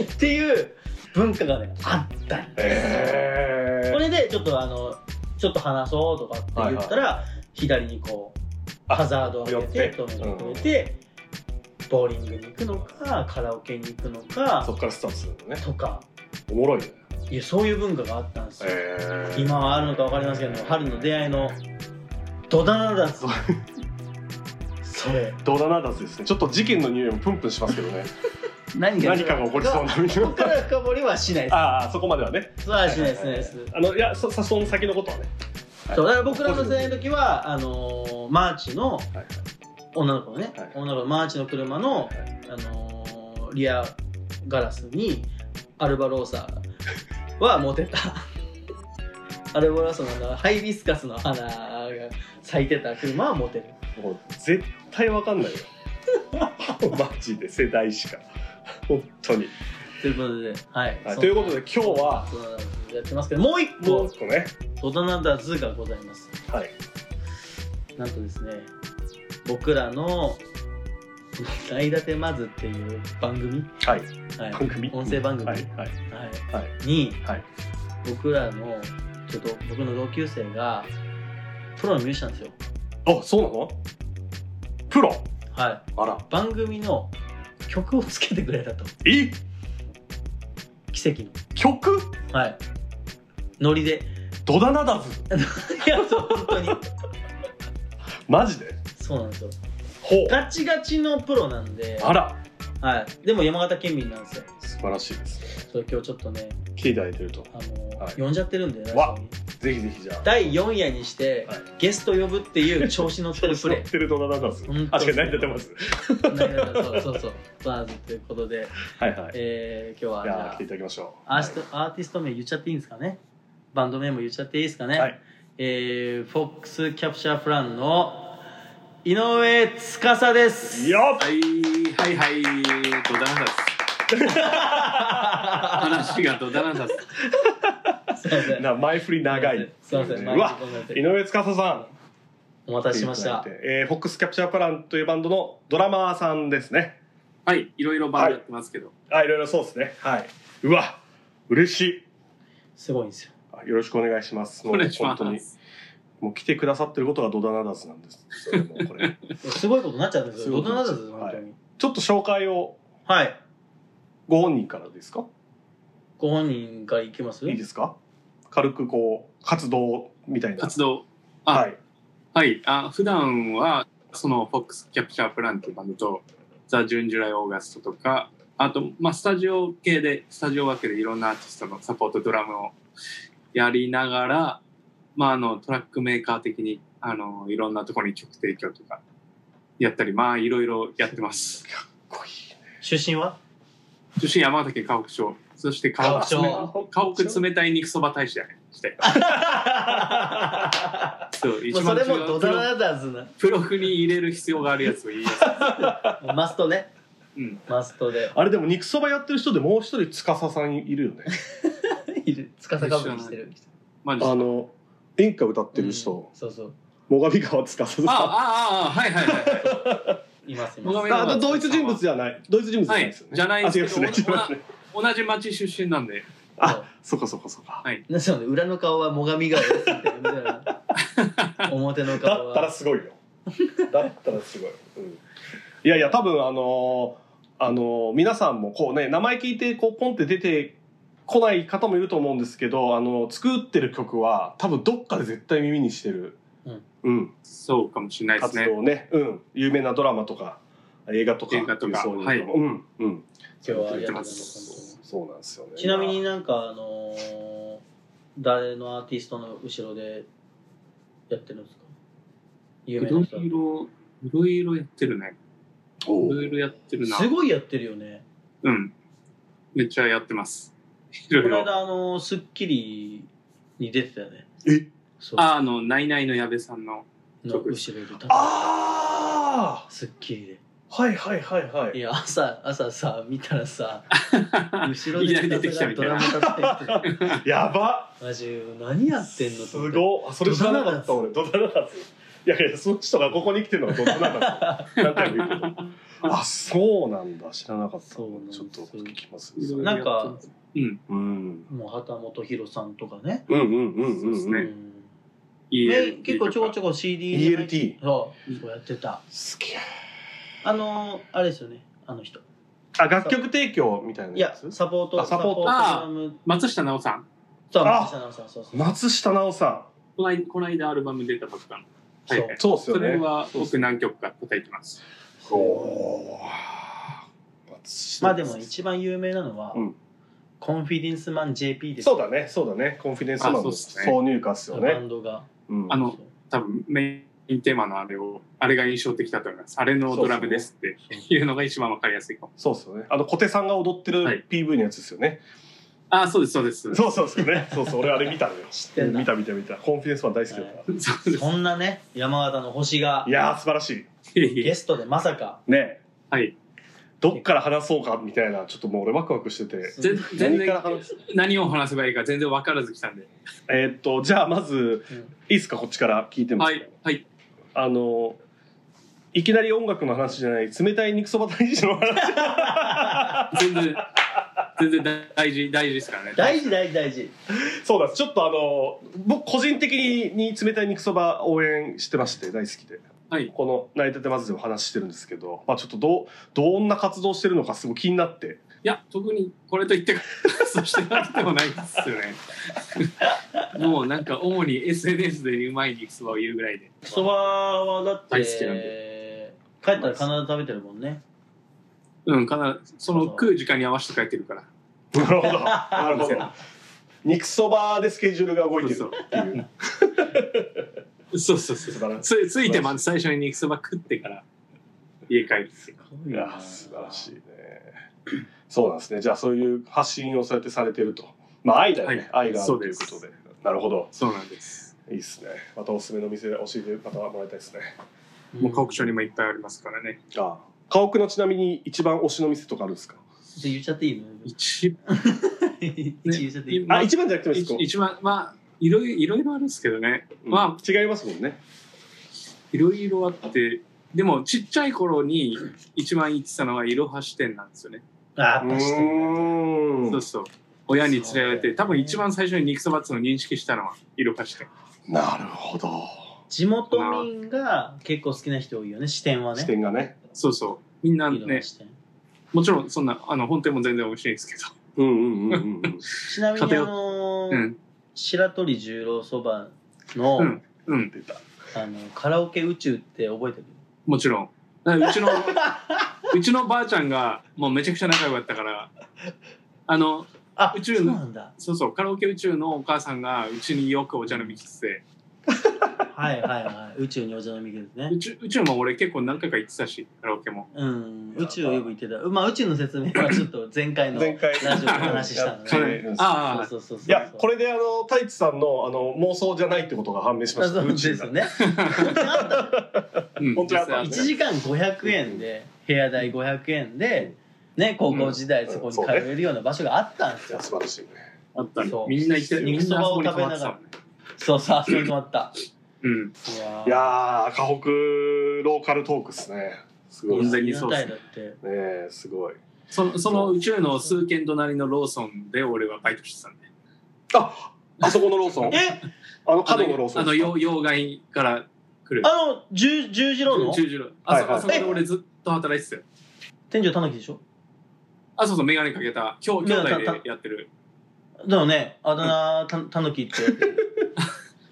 S3: っていう文化がねあったんよ
S1: へ
S3: これでちょっとあのちょっと話そうとかって言ったら、左にこう
S1: あ
S3: ハザードを上げて
S1: 寄
S3: 止
S1: って
S3: めてくれて、ボーリングに行くのかカラオケに行くのか
S1: そっからスタートするのね
S3: とか
S1: おもろいね
S3: いやそういう文化があったんですよ、
S1: へ
S3: 今はあるのか分かりませんけど春の出会いのドダナダスそれ
S1: ドダナダスですねちょっと事件の匂いもプンプンしますけどね
S3: 何
S1: 何かが起こりそうなみたい
S3: ここから深掘りはしないで す
S1: ああそこまではね
S3: それはしないですね、です
S1: あのいやそその先のことはねはい
S3: そうだから僕らの世代の時はあのーマーチの
S1: はい
S3: 女の子のね、
S1: はい
S3: 女の子のマーチの車の、
S1: はい
S3: あのーリアガラスにアルバローサはモテた アルバローサのあのハイビスカスの花が咲いてた車はモテる
S1: もう絶対わかん ないよマジで世代しか本当に、
S3: ということではい、
S1: はい、
S3: そん
S1: ということで今日は
S3: ドナナダズやってますけどもう一
S1: もう
S3: 個
S1: 一個ね
S3: ドダナダズがございます
S1: はい
S3: なんとですね僕らの 「台立てまず」っていう番組、
S1: はい
S3: はい
S1: 番組
S3: 音声番組、
S1: は
S3: はいい
S1: はいはい
S3: に、
S1: はい
S3: 僕らのちょっと僕の同級生がプロのミュージシャンですよ
S1: あそうなのプロ
S3: はい
S1: あら
S3: 番組の曲をつけてくれたと
S1: え
S3: 奇跡の
S1: 曲
S3: はいノリで
S1: ドダナダズ
S3: い やそう本当に
S1: マジで
S3: そうなんですよ
S1: ほう
S3: ガチガチのプロなんで、
S1: あら
S3: はい、でも山形県民なんですよ
S1: 素晴らしいですね
S3: それ今日ちょっとね
S1: 聞いてあげてると
S3: あの、
S1: はい
S3: 呼んじゃってるんで
S1: わ
S3: ラジオに
S1: ぜひぜひじゃあ
S3: 第4夜にして、
S1: はい
S3: ゲスト呼ぶっていう調子乗ってるプレ
S1: 知ってるドナダダズ
S3: うん
S1: あ違う成り立ってます
S3: ーなるほど そうそうそうバーズということで、
S1: はいはい
S3: えー、今日は
S1: じ
S3: じ
S1: ゃあ
S3: ゃ
S1: 来ていただきましょう
S3: あアーティストアーティスト名言っちゃっていいんですかねバンド名も言っちゃっていいですかね、
S1: はい
S3: えー、フォックスキャプチャープランの井上司です
S1: よっ
S4: はい、はい、はい、ドダナダス。話がドダナダス。
S3: すいません
S1: な前振り長い
S3: すいません
S1: うわ
S3: 前振りごめんなさい
S1: 井上司さん
S3: お待たせしました
S1: えーフォックスキャプチャープランというバンドのドラマーさんですね
S4: はい、いろいろバーやってますけど。
S1: あいろいろそうですねはいうわ嬉しい
S3: すごいんですよ
S1: あよろしくお願いしますも
S4: お
S1: う
S4: 願いしま
S1: 本当に
S4: す。
S1: もう来てくださってることがドダナダズなんですそれもうこれ
S3: すごいことになっちゃったんです
S1: す
S3: よ
S1: ごい
S3: ど
S1: こ
S3: ん
S1: と
S3: な
S1: に
S3: だ
S1: なっ
S3: ぞ
S1: ちゃった
S3: 本当に
S1: ちょっと紹介を
S3: はい
S1: ご本人からですか
S3: ご本人からいきます
S1: いいですか軽くこう活動みたいな
S4: 活動。あ
S1: はい
S4: はい、あ、普段は、その、フォックスキャプチャープランっていうバンドと、ザ・ジュン・ジュライ・オーガストとか、あと、まあ、スタジオ系で、スタジオ分けでいろんなアーティストのサポートドラムをやりながら、まあ、あの、トラックメーカー的に、あの、いろんなところに曲提供とか、やったり、まあ、いろいろやってます。
S1: こい
S3: 出身は
S4: 出身山形県河北町。そして河北
S3: 河
S1: 北町
S4: 河北冷たい肉そば大使だね。 して。そう、一
S3: もうそ
S4: 番違
S3: れ
S4: う
S3: もド
S4: プ
S3: ダ
S4: ロ
S3: ナダズな
S4: プロフに入れる必要があるやつを言いやすい。
S3: マストね
S4: うん。
S3: マストで
S1: あれでも肉そばやってる人でもう一人司さんいるよね
S3: いる司かぶりしてる
S4: まあ、
S1: あ
S4: あ
S1: の演歌歌っ
S3: って
S1: る人、
S3: そうそう
S1: 最上川司さん
S4: あ、ああ、はいはいはい。
S3: いますい
S4: 最
S3: ま
S4: 上
S3: す
S1: あ同一人物じゃない同一人物じゃないですよね、
S4: はいじゃないですけど
S1: あ違いますね
S4: 同じ同じ町出身なんで。
S1: あそうかそうかそうか
S3: なんすよね裏の顔は最上川ですみたい な表
S1: だ
S3: の顔
S1: ったら
S3: は
S1: すごいよだったらすごい、うんいやいや多分あのーあのー皆さんもこうね名前聞いてこうポンって出て来ない方もいると思うんですけどあの作ってる曲は多分どっかで絶対耳にしてる、
S3: う
S1: う
S3: ん
S1: ん
S4: そうかもしれないです
S1: 活
S4: ね。
S1: 動をね、うん、有名なドラマとか映画とか
S4: 映画とか
S1: そういうの、
S4: はい
S1: うんうん、
S3: 今日はありがとうございます
S1: そうそうなんですよね
S3: ちなみになんかあのー誰のアーティストの後ろでやってるんですか
S4: い
S3: 有名
S4: ろ
S3: ない人
S4: ろ、いろいろやってるね。い
S1: お
S4: ろいろやってるな。
S3: すごいやってるよね
S4: うん。めっちゃやってます。い
S3: こ
S4: ろい
S3: の
S4: ろ。
S3: 間あのー『スッキリ』に出てたよね
S1: え
S3: そう
S4: あ、あの、ナイナイの矢部さんの。
S3: の後ろで歌って
S1: あ
S3: 『スッキリ』で
S1: あはいはいはいはいい
S3: や朝朝さ見たら さ後ろ
S4: いきな
S3: で
S4: り出てきたみた
S3: ド
S4: い
S3: ラ
S4: な
S3: マ。立ってて
S1: やば
S3: マジ何やってんの
S1: す
S3: と思って
S1: ごっあそれ知らなかった俺ドタナダンスいやいやその人がここに来てるのがドタナダンス何回も言うけどあそうなんだ知らなかった
S3: そうなんです
S1: ちょ
S3: よ
S1: っと聞きます
S4: いろいろ
S1: うん
S4: やっ
S3: な
S4: て
S3: ん
S4: ま
S3: か
S4: す、うん。
S1: うん
S3: もう畑本博さんとかね
S1: うんうんうんうん
S4: そううんで
S3: うんね
S4: ELT
S3: 結構ちょこち
S4: とか
S3: ょこ CD に入って
S1: ELT
S3: そうそうやってた
S1: すげえ
S3: あのーあれですよねあの人
S1: あ楽曲提供みたいない
S3: や
S1: やつ
S3: サポート
S1: あサポート
S3: サポート
S4: 松下奈緒さん。
S3: そう
S1: あ
S3: 松下奈緒さんそうそう
S1: 松下奈緒さ
S4: こないこの間アルバム出たばっかの。
S3: そう
S4: はいはい
S1: ん。そうっす
S4: そ
S1: よ
S4: れ
S1: ね
S4: は僕何曲か叩いてます。
S1: おおー松下
S3: まあでも一番有名なのは、
S1: うん
S3: コンフィデンスマン JP です
S1: そうだねそうだねコンフィデンスマン
S4: あそう
S1: の
S4: っすね
S1: 挿入歌っすよ
S3: バ
S1: ね
S3: ンドが
S1: うん
S4: あの多分メインテーマのあれを、あれが印象的だと思います。あれのドラムですっていうのが一番わかりやすいかも。
S1: そうっすよねあの小手さんが踊って
S4: はい
S1: る PV のやつですよね
S4: ああ、そうです、そうです。
S1: そうそうそうね。そうそう、俺あれ見たのよ。
S3: 知ってんだ
S1: 見た見た見た。コンフィデンスマン大好きだから。
S4: そうです。
S3: そんなね山形の星が
S1: いやー、素晴らしい。
S4: いえい
S3: ゲ
S4: え
S3: ストでまさか
S1: ね。
S4: はい。
S1: どっから話そうかみたいな、ちょっともう俺ワクワクしてて。
S4: 全全
S1: 何
S4: 然
S1: から話す
S4: 何を話せばいいか全然分からず来たんで。
S1: えーっと、じゃあまず、
S3: うん
S1: いいですか、こっちから聞いても。
S4: はい。はい。
S1: あの、いきなり音楽の話じゃない、冷たい肉そば大事の 話。
S4: 全然、全然大事、大事ですからね。
S3: 大事大事大事
S1: そうなんです。ちょっとあの、僕個人的に冷たい肉そば応援してまして、大好きで。
S4: はい。
S1: この「泣いててまず」でお話ししてるんですけど、まあ、ちょっとどうどんな活動してるのかすごい気になって
S4: いや、特にこれと言って、 そしてなくてもないですよね。もうなんか主に SNS でうまい肉そばを言うぐらいで。
S3: そばはだって
S4: 大好きなん
S3: 帰ったら必ず食べてるもんね
S4: うん、かな、その食う時間に合わせて帰ってるから。
S1: なるほど。なるほど。肉そばでスケジュールが動いて
S4: そう
S1: るっていう。
S4: そうそうそう
S1: 素。晴らしい。
S4: つついてまず最初に肉そば食ってから家帰るっていう
S1: いや、素晴らしいね。そうなんですね。じゃあ、そういう発信をそうやってされてると。まあ、愛だよね。
S4: はい
S1: 愛があるということ
S4: そ
S1: で。なるほど。
S4: そうなんです、
S1: いいですね。またおすすめの店教えてまたもらいたいですね。
S4: もう国書にもいっぱいありますからね
S1: あ家屋のちなみに一番推しの店とかあるんですか
S3: で言っちゃっていいの
S4: 一
S3: 一言っちゃっていいの
S4: まあ
S1: あ、一番じゃなくてもいいですか
S4: 一一番まあいろいろいろいろあるんですけどねま
S1: あ、違いますもんね。
S4: いろいろあってでもちっちゃい頃に一番行ってたのはいろは支店なんですよね、
S3: あや
S1: う
S3: っぱしてる
S1: ー
S4: そ
S1: ん
S4: う。そう親に連れら
S3: そ
S4: れ
S3: うだ
S4: て
S3: よ
S4: 多分一番最初に肉そばっつうのを認識したのはいろは支店
S1: なるほど。
S3: 地元民が結構好きな人多いよね視点はね
S1: 視点がね。
S4: そうそうみんない
S3: ろんな
S4: ね
S3: 視点
S4: もちろんそんなあの本店も全然美味しいんですけ
S1: うんうんうんうんうん。
S3: ちなみにあ
S4: 偏っ
S3: の
S4: どう
S3: ー
S4: ん
S3: 白鳥十郎そばの、
S4: うんうん
S1: 出た。
S3: あのカラオケ宇宙って覚えてる
S4: もちろん。だからうちの、うちのばあちゃんが、もうめちゃくちゃ仲良かったから、あの、
S3: あ
S4: 宇宙の
S3: そうなんだ
S4: そうそう、カラオケ宇宙のお母さんが、うちによくお茶飲み来てて、
S3: はいはいはい宇宙にお邪魔みくですね
S4: 宇宙、宇宙も俺結構何回か行ってたし、カラオケも。
S3: うん宇宙をよく行ってたまあ宇宙の説明はちょっと前回の
S1: 前回
S3: ラジオで話したの
S1: そ
S4: か
S1: う
S4: な
S1: やっ
S3: ね
S1: て
S4: りああ、
S3: そうそうそうそう
S1: いやこれであの太一さんのあの妄想じゃないってことが判明しま
S3: あ
S1: した。
S3: そ
S1: 宇
S3: うで
S1: 宙
S3: す
S1: だ
S3: よね
S4: うん、
S1: 本当にあった
S4: 実際
S1: ね
S3: 1
S4: っ
S3: 時間500円で部屋代500円でね高校時代
S1: うん
S3: そこに
S1: そう
S3: 通
S1: ね
S3: えるような場所があったんです
S1: いや
S3: よ
S1: 素晴らしいね。
S4: たあったね
S3: そう
S4: みんな行って、みんなあそこに泊まってたもんね。
S3: そうそうあそこに泊まった
S4: うん。
S3: いや
S1: いやー河北ローカルトークですね。すごい
S4: 完
S1: ね
S4: 全にそうっ
S3: ですすだって
S1: えすごい。
S4: その、その宇宙の数軒隣のローソンで俺はバイトしてたんで。
S1: ああそこのローソン。
S3: え
S1: あの角のローソン。
S4: あの、よう洋外から来る。
S3: あの十十字路の
S4: 十字路。あそ
S1: はいはい
S4: あそこで俺ずっと働いてたよ。
S3: 天井たぬきでしょ
S4: あ、そうそう、メガネかけた、兄兄弟でやってる。
S3: でもね、あだ名たたぬきって。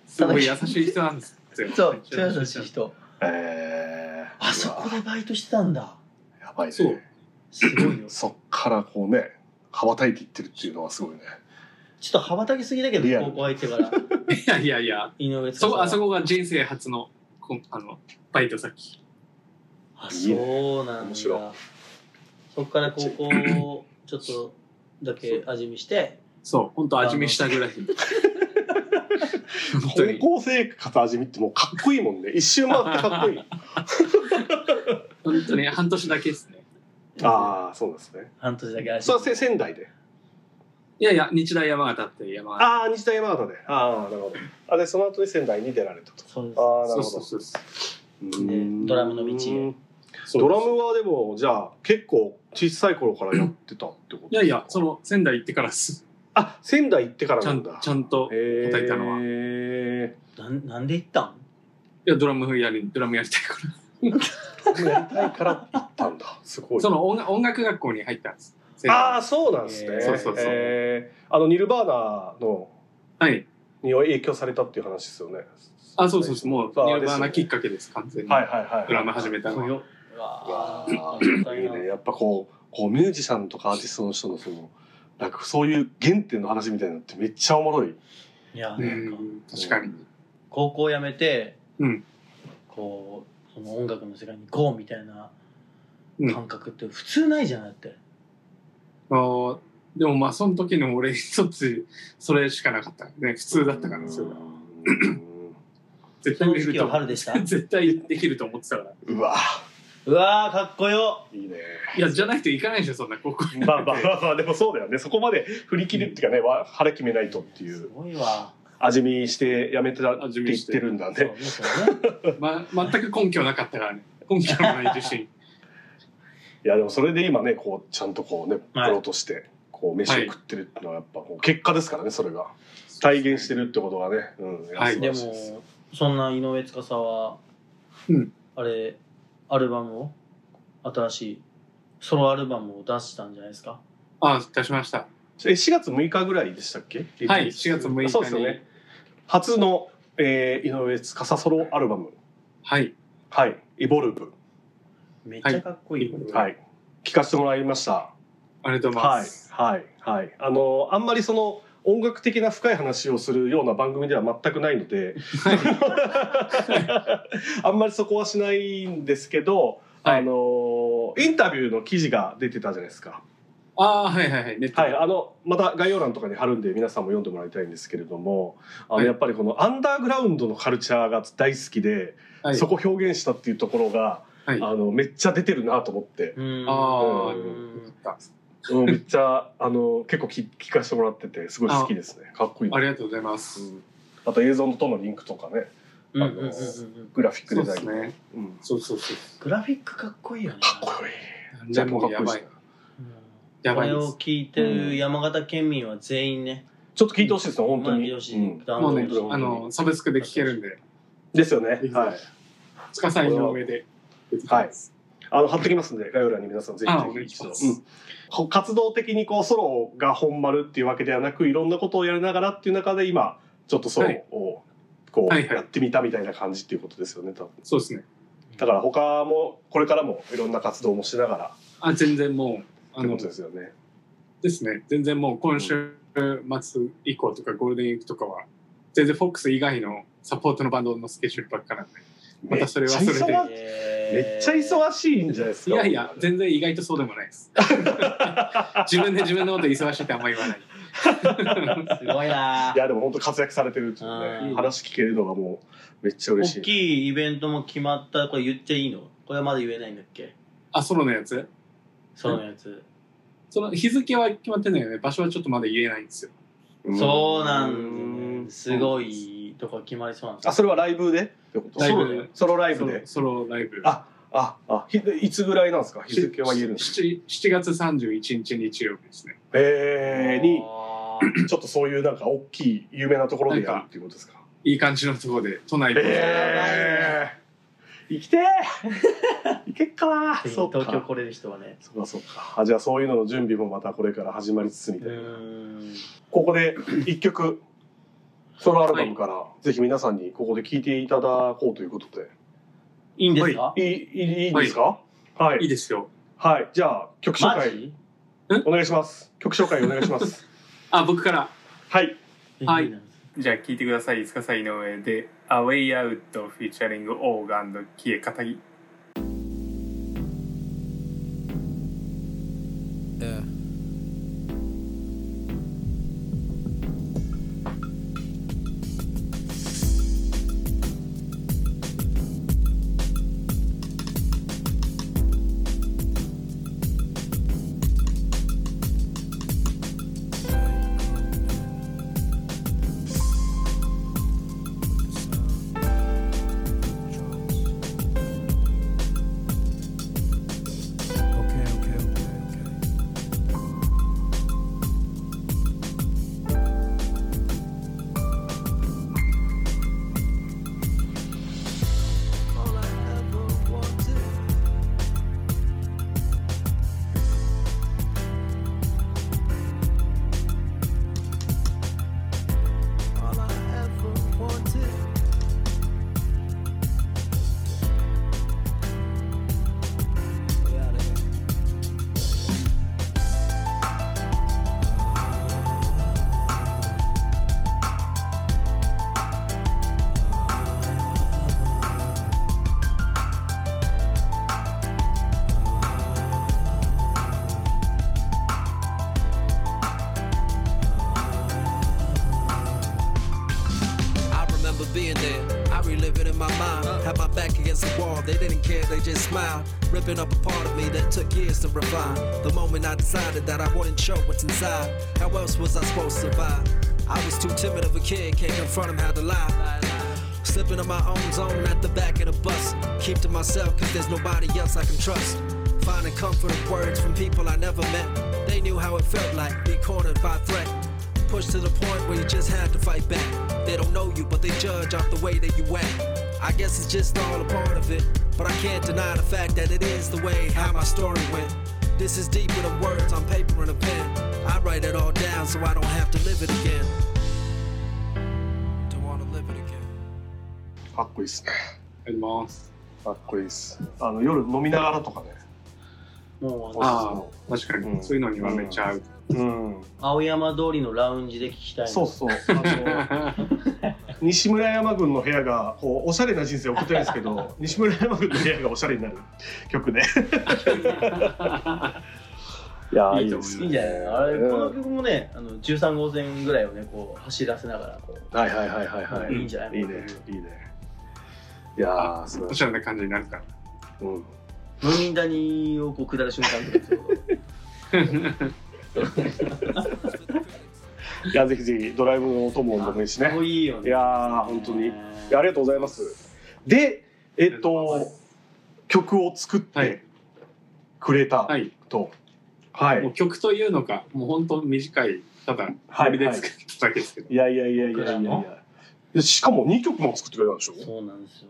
S4: すごい優しい人なんですよ
S3: そう、超優しい人。
S1: えー、
S3: あそうこ
S1: わ
S3: でバイトしてたんだ。
S1: やばいね
S4: そ
S1: そう
S3: すごいよ。ちょ
S1: っからこうね羽ばたいていってるっていうのはすごいね
S3: っと羽ばたきすぎだけ
S1: リア
S3: ど、
S1: ル
S3: 高校相手から。
S4: いやいやいや
S3: 井上
S4: そこあそ
S3: こ。
S4: こが人生初のこんあのバイト先
S3: あ、そうなん
S1: 面
S3: だ。
S1: 白
S3: そこから高校、ちょっとだけ味見して、
S4: そう本当味見したぐらい本当に
S1: 高校生活味見ってもうかっこいいもんね一周回ってかっこいい
S4: 本当に半年だけですね
S1: ああそうなんですね
S3: 半年だけ味
S1: それ
S3: 見
S1: はせ仙台で
S4: いやいや日大山形っていう山形
S1: ああ日大山形でああなるほどあでその後に仙台に出られたと
S3: そうです
S1: あ。あな
S4: そ
S1: る
S4: う
S1: ほど
S4: そうそうそう
S1: うーん
S3: ドラムの道へ
S1: ドラムはでもじゃあ結構小さい頃からやってたってこと
S4: いやいやその仙台行ってからす
S1: あ仙台行ってから
S4: ちゃ
S1: なん
S4: ん
S1: だ
S4: ちゃんと
S1: え
S4: 叩いたのは
S1: え
S3: なんなんで行ったん
S4: いやドラムやりドラムやりたいから
S1: ー、やりたいから行ったん だすごい
S4: その音楽音楽学校に入ったんです仙台
S1: ああそうなんですね、
S3: えー
S4: そうそうそう
S1: えーあのニルバーナの
S4: はい
S1: に影響されたっていう話ですよね
S4: あそうそうそうもうニ
S1: あ
S4: ューバーナきっかけです完全に
S1: はいはいはい
S4: ドラム始めたのは
S3: よ。う
S1: わ
S3: わー
S1: あいいねやっぱこうこうミュージシャンとかアーティストの人のそのなんかそういう原点の話みたいなのってめっちゃおもろい
S3: いや、
S4: う
S3: なんか
S4: ん確かに
S3: 高校辞めて、
S4: うん
S3: こうその音楽の世界に行こうみたいな
S4: うん
S3: 感覚って普通ないじゃないだって、
S4: あーでもまあその時の俺にとってそれしかなかったね普通だったからそれは
S1: うん
S4: 絶
S3: そ
S4: 対
S3: の
S4: 売れ
S3: 時
S4: る
S3: 期
S4: と
S3: は
S4: 思う
S3: 春でした
S4: 絶対できると思ってたから
S1: うわ
S3: うわーかっこよ
S1: いいね
S4: いやじゃないといかないでしょそんな高校に
S1: まあまあまあまあでもそうだよねそこまで振り切るっていうかね、わ腹決めないとってい
S3: す
S1: う
S3: ごいわ
S1: 味見してやめてたって
S4: 味
S1: 言
S4: 見
S1: っ
S4: して
S1: てるんだ
S3: そう
S1: ね
S3: ですよね
S4: ま、全く根拠なかったからね根拠のない自信
S1: いやでもそれで今ねこうちゃんとこうねプ
S3: はい
S1: ロとしてこう飯を食ってるっていうのはやっぱこう結果ですからねそれが 体現してるってことがね、うん、や
S4: はい
S1: 素晴
S3: で
S1: らしです
S3: もそんな井上司は、
S4: うん
S3: あれアルバムを新しいソロアルバムを出したんじゃないですか
S4: ああ出しました
S1: え4月6日ぐらいでしたっけリリース
S4: はい4月6日に
S1: そうですよね初の、えー、井上司ソロアルバム
S4: はい
S1: はい「イボルブ
S3: めっちゃかっこいい、
S4: はい」
S1: はい聞かせてもらいました
S4: ありがとうござい
S1: は
S4: ま
S1: い
S4: す、
S1: はいはいあのあんまりその音楽的な深い話をするような番組では全くないの であんまりそこはしないんですけど、
S4: はい
S1: あのインタビューの記事が出てたじゃないですか
S4: ああーはいはいはいネット
S1: はい、あのまた概要欄とかに貼るんで皆さんも読んでもらいたいんですけれどもあの、
S4: はい
S1: やっぱりこのアンダーグラウンドのカルチャーが大好きで、
S4: はい
S1: そこを表現したっていうところが、
S4: はい
S1: あのめっちゃ出てるなと思って、
S3: うん
S4: あ
S1: ー
S3: う
S1: う
S3: ん
S1: んめっちゃあの結構き聞かせてもらっててすごい好きですねかっこいいな
S4: ありがとうございます、
S1: うんあと映像とのリンクとかね
S3: うんうんうんうん
S1: グラフィックデ
S4: そう
S1: ザイ
S4: です
S1: ン、
S4: ね
S1: うん、か
S4: そうそうそう
S3: グラフィックかっこいいよね
S1: っこいい
S4: じゃあも
S1: ジ
S4: う
S1: ャ
S4: や
S1: ケもか
S4: ば
S1: っこいい
S4: い
S1: し
S4: や
S3: こ
S4: ばい
S3: れ
S4: で
S3: を
S4: す
S3: 聞いてる山形県民は全員ね、
S1: ちょっと聞いてほしいですね本当
S3: まあ
S1: に、
S3: よし
S1: うん
S3: ダウン
S4: も
S3: ロー
S4: うね
S3: ドして
S4: あのサブスクで聴けるんで
S1: ですよね
S4: ぜひ
S1: はい
S4: 司さんの上で出てきます
S1: あの貼ってきますんで概要欄に皆さんぜひ
S4: あお願
S1: ぜ
S4: い
S1: ひ
S4: し
S1: 一度
S4: ま、す
S1: うんこう、活動的にこうソロが本丸っていうわけではなくいろんなことをやりながらっていう中で今ちょっとソロをこ
S4: はいうはい
S1: やってみたみたいな感じっていうことですよね多分
S4: そうですね
S1: だから他もこれからもいろんな活動もしながら
S4: あ全然もうあ
S1: って
S4: の
S1: ことですよね
S4: ですね全然もう今週末以降とかゴールデンウィークとかは全然フォックス以外のサポートのバンドのスケジュールばっかなんでまたそれはそれ
S1: めっち
S4: で
S1: ゃ忙め
S3: め
S1: っちゃ忙しいんじゃないです
S4: い
S1: か
S4: やいや全然意外とそうでもないです 自分で自分のこと忙しいってあんま言わない
S3: すごいない
S1: やでも本当活躍されてるっていう
S3: う
S1: ね
S3: ん
S1: 話聞けるのがもうめっちゃ嬉し
S3: 大
S1: い
S3: きいイベントも決まったこれ言っちゃいいのこれはまだ言えないんだっけ
S4: あソロのやつ
S3: そのやつ、
S4: その日付は決まってないよね場所はちょっとまだ言えないんですよ
S3: そうなん
S1: う
S3: ですねすごいとこ決まりそうなんです
S1: あそれはライブでってこと
S4: ライブで
S1: ソロソロライ
S4: ソ
S1: ブ
S4: ロ
S1: で
S4: ソロライブ
S1: あああひいつぐらいなんですか日付は言えるんですか
S4: 7 7月31日日曜日ですね
S1: えー、に
S3: あ
S1: ちょっとそういうなんか大きい有名なところでやるっていうことですか
S4: いい感じのところで都内で、
S1: え
S2: 生きてーいけっかな
S3: 東
S2: そう
S3: 京
S2: か
S3: 来れる人はね
S1: そうかそうかあじゃあそういうのの準備もまたこれから始まりつつみ
S3: う
S1: たいな、
S3: ん
S1: ここで一曲ソロアルバムから、ぜひ皆さんにここで聴いていただこうということで
S3: いいんですか、
S1: はい、いいいいいいんですかはい
S4: いいですよ。
S1: はい、じゃあ曲紹
S3: マ
S1: 介
S3: ジ
S1: お願いします曲紹介お願いします
S4: あ、僕から。
S1: はい
S4: はい
S3: な
S4: じゃあ聞いてください。いつかさ井上で、アウェイアウトフィーチャリングオーガンドキエカタギ。
S5: Yeah. Okay, okay, okay, okay. All I ever wanted All I ever wanted We out of here. I remember being there. I relive it in my mind. Had my back against the wall. They didn't care, they just smiled. Ripping up a part of me that took years to refine. The moment I decided that I wouldn't show what's inside. How else was I supposed to survive? I was too timid of a kid, can't confront him, had to lie. Slipping in my own zone at the back of the bus. Keep to myself, cause there's nobody else I can trust. Finding comfort in words from people I never met. They knew how it felt like, be cornered by threat. Pushed to the point where you just had to fight back. They don't know you, but they judge off the way that you act. I guess it's just all a part of it, but I can't deny the fact that it is the way how my story went. This is deeper than words on paper and a pen. I write it all down so I don't have to live it again. Don't wanna live it again.
S1: かっこいいっすね
S4: ありがとうございます。
S1: かっこいいっすあの夜飲みながらとかね
S3: もうあの
S4: ああ、確か
S1: う
S4: に。
S1: ん
S4: そういうのにはめっちゃ合う。
S1: うん
S3: 青山通りのラウンジで聞きたいな
S1: そうそうあの西村山軍の部屋がこうおしゃれな人生を送ってるんですけど西村山軍の部屋がおしゃれになる曲ねいや
S4: いいと思います
S3: いいんじゃないのあれ、
S1: うん
S3: この曲もねあの13号線ぐらいをねこう走らせながらこう
S1: はいはいはいはいはい、
S3: いいんじゃない
S1: いいねいいねいやー素晴
S4: お
S1: らし
S4: しゃれな感じになるから。
S1: い、うん、
S3: ムミン谷をこう下る瞬間とかそう
S1: いやぜひぜひドライブのお供のもいいし
S3: かっこ
S1: ね
S3: いいよね
S1: いやー本当にい
S3: ね
S1: やありがとうございますでえっ
S4: は
S1: と
S4: い
S1: 曲を作っ
S4: はい
S1: て。くれた
S4: はい。
S1: とはい、
S4: もう曲というのか、もう本当短い、ただ、
S1: はい
S4: ノリで作っただけですけど。
S1: いやいやいやいやいやい
S3: 僕らの
S1: やいやしかも2曲も作ってくれたんでしょ
S3: そうなんですよ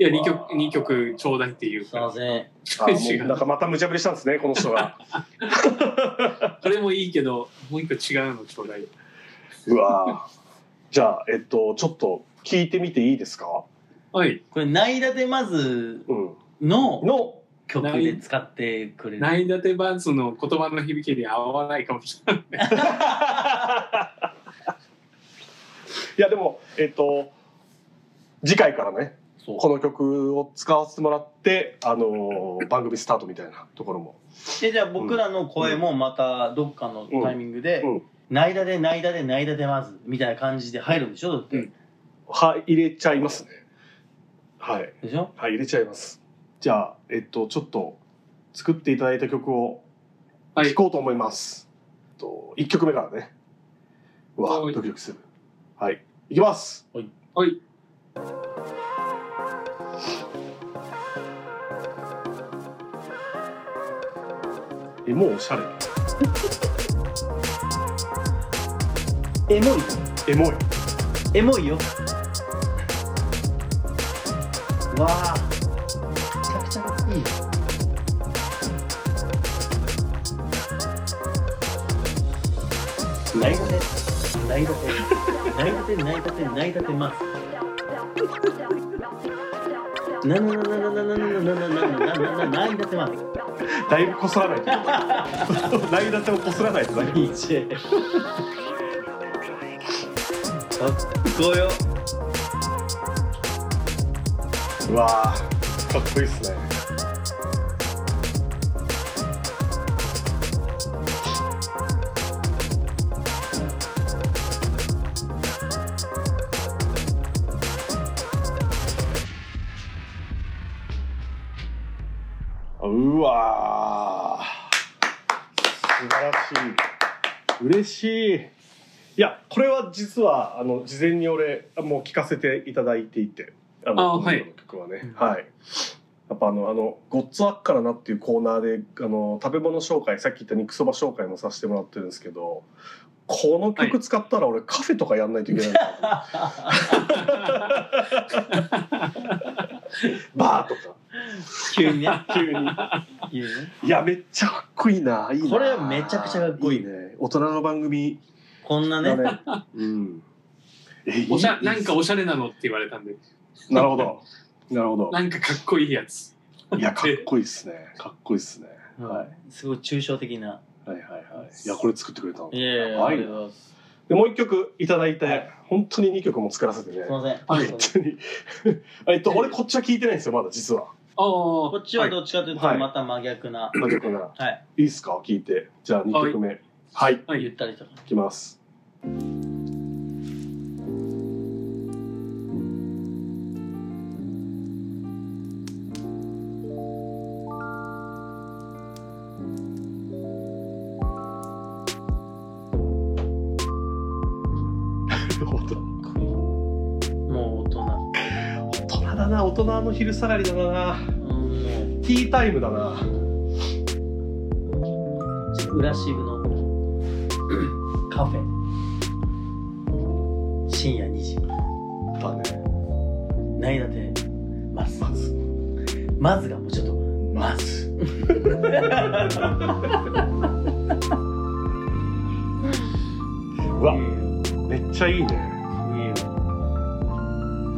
S4: いや、2曲、二曲ちょうだいっていう
S3: すいま
S4: か、
S3: せん
S1: あ
S4: 違
S1: も
S4: う
S1: うなんかまた無茶ぶりしたんですねこの人が
S4: これもいいけど、もう一個違うのちょうだい。
S1: うわーじゃあえっとちょっと聞いてみていいですか
S4: はい。
S3: これ「ナイラテまず
S1: うん」
S3: の
S1: の
S3: 曲で使ってくれる
S4: ナイダテバンスの言葉の響きに合わないかもしれない。
S1: いやでもえっと次回からね
S3: そう
S1: この曲を使わせてもらってあのー番組スタートみたいなところも
S3: でじゃあ僕らの声もまたどっかのタイミングで
S1: うんうん
S3: 「ナイラでナイラでナイラでまず」みたいな感じで入るんでしょだって、
S4: うん
S1: は入れちゃいますねはい
S3: でしょ
S1: はい入れちゃいますじゃあえっとちょっと作っていただいた曲を
S4: はい
S1: 聴こうと思います、えっと1曲目からねうわ
S4: はい
S1: ドキドキするはいいきます
S4: はい。
S1: えもうおしゃれ
S3: エモい
S1: エモい
S3: エモいよわあ内立て内立て内立て内立て内立てますなななななななななななななな内立てます
S1: だいぶこす らないと内立てをこすらないとだけ
S3: DJ かっこよ
S1: うわあかっこいいっすねうわー素晴らしい嬉しいいやこれは実はあの事前に俺もう聞かせていただいていてあの
S4: あはい
S1: この曲はねはいやっぱあの「あのごっつあっからな」っていうコーナーであの食べ物紹介さっき言った肉そば紹介もさせてもらってるんですけどこの曲使ったら俺カフェとかやんないといけ ないのかな、バーとか
S3: 急にね
S1: 急に。
S3: 急にね
S1: いやめっちゃかっこいいないいな
S3: これめちゃくちゃかっこいい
S1: ね大人の番組
S3: こんな
S1: だ
S3: ね
S1: ねうんえ
S4: おしゃ
S1: いい
S4: なんかおしゃれなのって言われたんで
S1: なるほどなるほど
S4: なんかかっこいいやつ
S1: いやかっこいいっすねかっこいいっすねは
S3: すごい抽象的な。
S1: いはいはいはいいやこれ作ってくれたの
S3: いやいや、
S1: は
S3: あ
S1: い
S3: りがとうございます。
S1: でもう一曲いただいて本当に二曲も作らせてね
S3: すみません。
S4: はい
S1: 本当に えっと俺こっちは聞いてないんですよまだ実は
S4: ああ
S3: こっちはどっちかというと、また真逆な、
S1: 二曲なら
S3: は
S1: い
S3: い、
S1: いっすか聞いてじゃあ二曲目はい
S4: はい
S3: ゆったりとか。
S1: いきます
S3: もう大人。
S1: 大人だな大人の昼下がりだな
S3: うん、
S1: ティータイムだな
S3: もう、裏渋の カフェ。深夜2時。
S1: だね
S3: ないなてます。
S1: まず
S3: まずがもうちょっと、まず。
S1: うわめっちゃいいね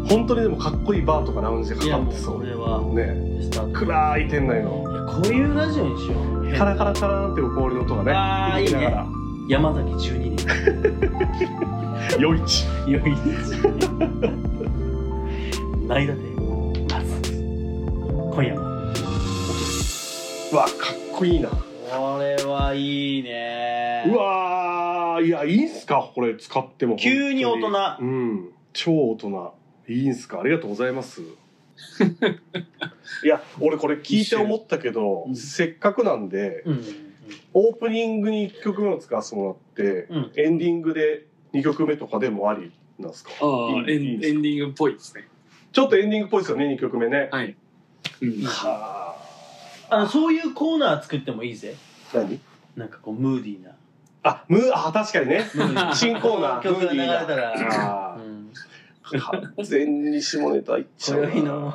S1: 本当にでもかっこいいバーとかラウンジで
S3: い
S1: か
S3: や、
S1: かっ
S3: もう
S1: てそ
S3: こ
S1: う
S3: れは、
S1: ね
S3: スタート。い
S1: 暗い店内の
S3: や、こういうラジオにしよう。
S1: カラカラカラーンっていう氷の音がね
S3: あー
S1: 響きながら
S3: 山崎12年。
S1: 夜市
S3: 良いですね。ないだて、まず。今夜も。
S1: うわかっこいいな
S3: これはいいね
S1: うわーいやいいんすかこれ使っても
S3: 急に大人
S1: うん超大人いいんすかありがとうございます いや俺これ聞いて思ったけど、
S3: うん
S1: せっかくなんで
S3: うん。
S1: オープニングに1曲目を使わせてもらって、
S3: うん
S1: エンディングで2曲目とかでもありなんですか
S4: ああ
S1: い
S4: エ
S1: いいい
S4: ン
S1: です
S4: エンディングっぽいですね
S1: ちょっとエンディングっぽいですよね2曲目ね、
S4: はい、うん、
S1: は
S3: あの、そういうコーナー作ってもいいぜ。
S1: あ何
S3: なんかこう、ムーディーな。
S1: あムーあ確かにね
S3: ムーディー
S1: 新コーナー
S3: 曲が流れ
S1: ム
S3: た
S1: ーディー
S3: ら。
S1: なあ
S3: う
S1: ー
S3: ん。
S1: 完全に下ネタいっちゃうな
S3: 今宵の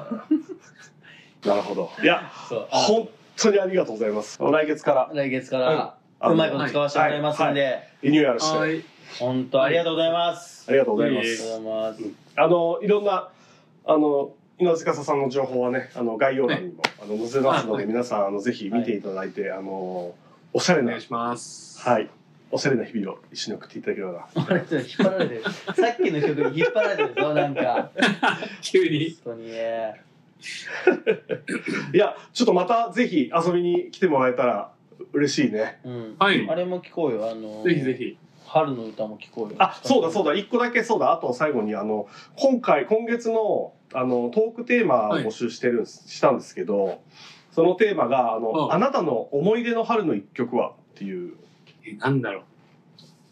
S1: なるほどいや
S3: そう。あ
S1: 本当にありがとうございます来月から
S3: 来月か
S1: あの
S3: ら、うまいこと使わせてもらいますん
S1: は
S3: で、
S1: リニューアルして、
S4: はい
S3: 本当ありがとうございます。
S1: ありがとうございま
S3: ありが
S1: す、
S3: とうございます。
S1: あのいろんなあの井上司さんの情報はねあの概要欄にも、あの載せますの
S4: は
S1: で
S4: い
S1: 皆さんあのぜひ見ていただいて、あのおしゃれ
S4: お
S1: な
S4: 願いします
S1: はいおしゃれな日々を一緒に送っていただければ
S3: あれちょっと引っ張ら れてる。さっきの曲に引っ張られてるぞ、なんか。
S4: 急に
S3: 本当にね。
S1: ないやちょっとまたぜひ遊びに来てもらえたら嬉しいね
S3: うん。
S4: はい
S3: あれも聞こうよ。あのー
S4: ぜひぜ。ひ
S3: 春の歌も聞こうよ。
S1: あそうだそう
S3: だ。
S1: だ一個だけそうだあと最後にあの今回今月のあのトークテーマを募集してるんです、したんですけどそのテーマがあの、
S4: うん
S1: あなたの思い出の春の一曲は?」っていう
S4: えなんだろ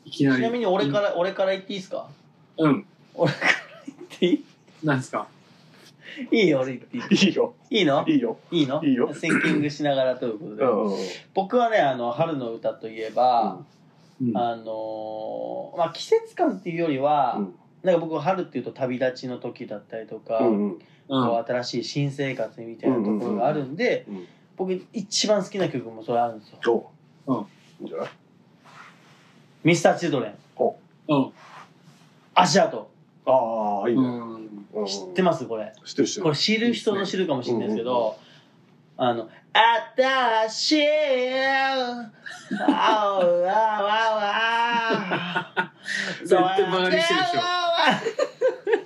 S4: ういきな
S3: ち
S4: り
S3: なみに俺から、俺から言っていいですか
S4: うん
S3: 俺から言ってい
S4: なんですか
S3: いいいよ、俺言っていい。
S1: いいよ
S3: いいの
S1: いいよ
S3: いいの
S1: いいよ
S3: センキングしながらということで。
S1: うんうんうん
S3: 僕はね、あの、春の歌といえば、
S4: うん
S3: あのーまあ、季節感っていうよりは、
S1: うん
S3: なんか僕は春っていうと旅立ちの時だったりとか、
S1: うんうん
S3: こう新しい新生活みたいなところがあるんで、
S1: うんうんうんうん
S3: 僕一番好きな曲もそれあるんですよ。
S1: どう
S4: うん
S1: いいんじゃない
S3: ミスターチルドレン
S4: うん。
S3: 足跡
S1: ああ、いいね。
S4: うん。
S1: うん
S3: 知ってますこれ
S1: 知ってる知って
S3: こ
S1: る
S3: れ知る人の知るかもしれないですけど、あの「あたしあおわわわ」
S4: 絶対バカにしてるでしょ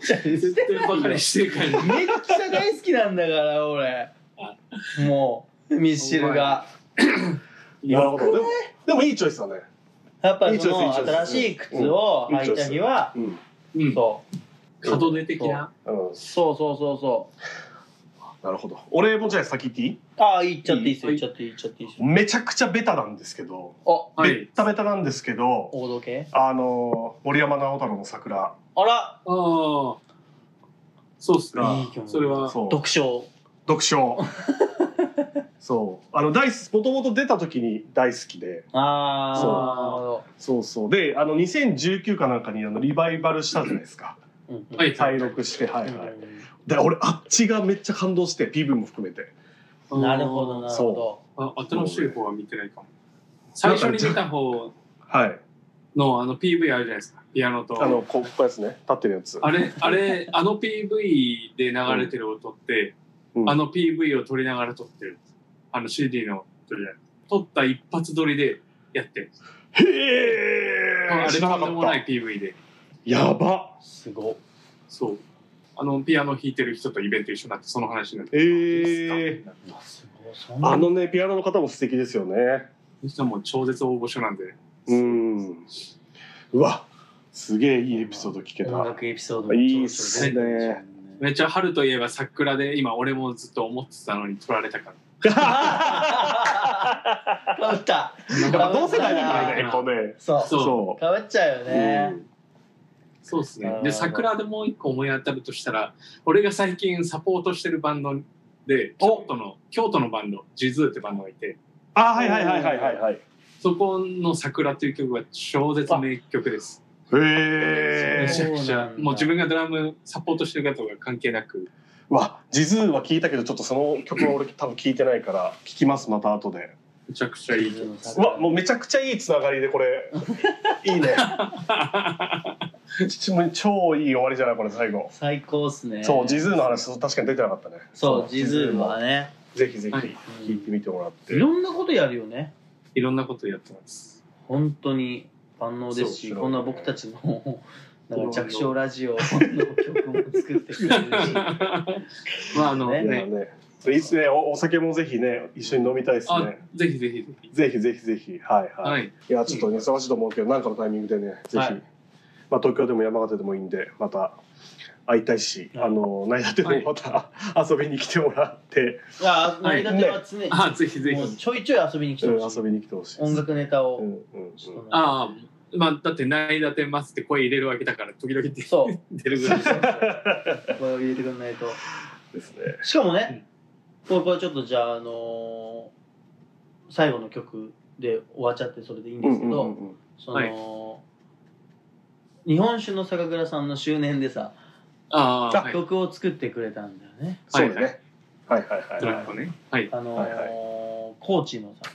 S3: し
S4: 絶対バカにしてるからね。
S3: めっちゃ大好きなんだから俺もうミッシルが
S1: なるほど。でも、でもいいチョイスだね。
S3: やっぱ
S1: いい
S3: り
S1: チ
S3: そ
S1: ョイスいいチョイ
S3: の
S1: ス
S3: 新しい靴を履いた日は
S1: うん。
S4: うん。
S3: そ
S4: 門出的な。
S1: うん
S3: う、そうそうそうそう
S1: なるほど。俺もじゃあ先言っていい
S3: ああいっちゃっていいっすよいっちゃっていいいっちゃっていいっすよ
S1: めちゃくちゃベタなんですけど、
S3: あ
S4: は
S1: ベ
S4: い
S1: ッ。タベタなんですけど、
S3: 王道系
S1: あの森山直太朗の桜
S3: あら
S4: ああ。そうっす
S1: あ
S4: か。
S3: いい曲
S4: それは。
S1: そう
S3: 読書
S1: 読書そうあの大好きもともと出た時に大好きで
S3: ああ
S1: そう
S3: なるほど
S1: そうそうであの2019かなんかにあのリバイバルしたじゃないですか
S3: うんうん
S4: はい。
S1: 再録してはい
S3: うん
S1: はいで俺あっちがめっちゃ感動して PV も含めて
S3: うんなるほどなるほど
S4: あ新しい方は見てないかも。最初に見た方
S1: はい
S4: のあの PV あるじゃないですか。ピアノと。
S1: あのここやつね立ってるやつ
S4: あれ、あれ、あの PV で流れてる音って、
S1: うん
S4: あの PV を撮りながら撮ってる。あの CD の撮りじゃない。撮った一発撮りでやってる。
S1: へ
S4: あ
S1: え
S4: れ、
S1: 知
S4: と
S1: らなん
S4: でも
S1: かっ
S4: な
S1: た
S4: い PV で。
S1: やば
S3: すごっ
S4: そう。あの、ピアノ弾いてる人とイベント一緒になって、その話になって。
S1: えー
S3: あすごいそんな
S1: あのねピアノの方も素敵ですよね
S4: そしたらもう超絶大御所なんで。
S1: うんうわすげえいいエピソード聞けた
S3: 音楽エピソード
S1: いいっす ね
S4: めっちゃ春といえば桜で、今俺もずっと思ってたのに撮られたから。
S3: かぶった
S1: やっぱ同世代だからね、
S4: あー
S1: こうね。
S3: そう
S4: そう
S1: そ
S3: かぶっちゃうよ
S1: う。
S3: ね
S4: そうです
S3: なる
S4: ね
S3: ほ。ど
S4: で、桜でもう一個思い当たるとしたら、俺が最近サポートしてるバンドで、京都の、京都のバンド、ジズーってバンドがいて、
S1: あー、はいはいはいはいはいはい。へ
S4: そこの桜という曲は超絶名曲です。め
S1: え
S4: ち
S3: そ
S1: ー。
S4: ゃくち
S3: そうな
S4: ゃ
S3: ん。だ
S4: もう自分がドラムサポートしてる方が関係なく、
S1: うわ、ジズーは聞いたけど、ちょっとその曲は俺多分聞いてないから、聞きます、また後で。
S4: めちゃくちゃいい曲。
S1: うわ、もうめちゃくちゃいいつながりで、こ れ。いいね。ちもう超いい終わりじゃない、これ、最後。
S3: 最高っすね
S1: そう、ジズーの話、そう確かに出てなかったね。
S3: そうジズーはね
S1: ぜひぜひ
S4: はい
S1: 聞いてみてもらっ
S3: い
S1: て。
S3: ろんなことやるよね
S4: いろんなことやってます。
S3: 本当に万能ですし
S1: そう
S3: こんな僕たちのなんか弱小ラジオの曲も作ってくれるし
S4: まあ、あの
S3: ね
S1: いや
S4: ね、
S1: ね、いいっすね。おお酒もぜひね、一緒に飲みたいです
S4: あ
S1: ね。、
S4: ぜひぜひぜひ。
S1: ぜひぜひぜひ。はいはい。
S4: はい。
S1: いや、ちょっとね、忙しいと思うけど、なんかのタイミングでね、ぜひ、
S3: はい
S1: まあ、東京でも山形でもいいんで、また会いたいし、
S3: はい
S1: あの、内立てでもまた、遊びに来てもらって、
S3: いや成り立ては常に
S4: あ、ぜひぜ
S3: もう
S4: ひ。
S3: ちょいちょい遊びに来て
S1: うん
S3: ほしい
S1: 遊びに来てほしいです。
S3: 音楽ネタを、
S1: うんうんうん。
S3: その
S4: ああ、まあ、だって、内立てますって声入れるわけだから、時々出
S3: そう
S4: るぐらい。
S3: これを入れてくんないと
S1: ですね。
S3: しかもね、これこれちょっとじゃあ、あのー最後の曲で終わっちゃってそれでいいんですけど、
S1: うん
S3: その、日本酒の酒蔵さんの周年でさ、
S4: ああ、はい。
S3: 曲を作ってくれたんだよね。
S1: そうだね。はいはい
S4: ド
S1: はい。
S4: ラッグね。はい。
S3: あのー
S1: はいは
S3: 高知のさ、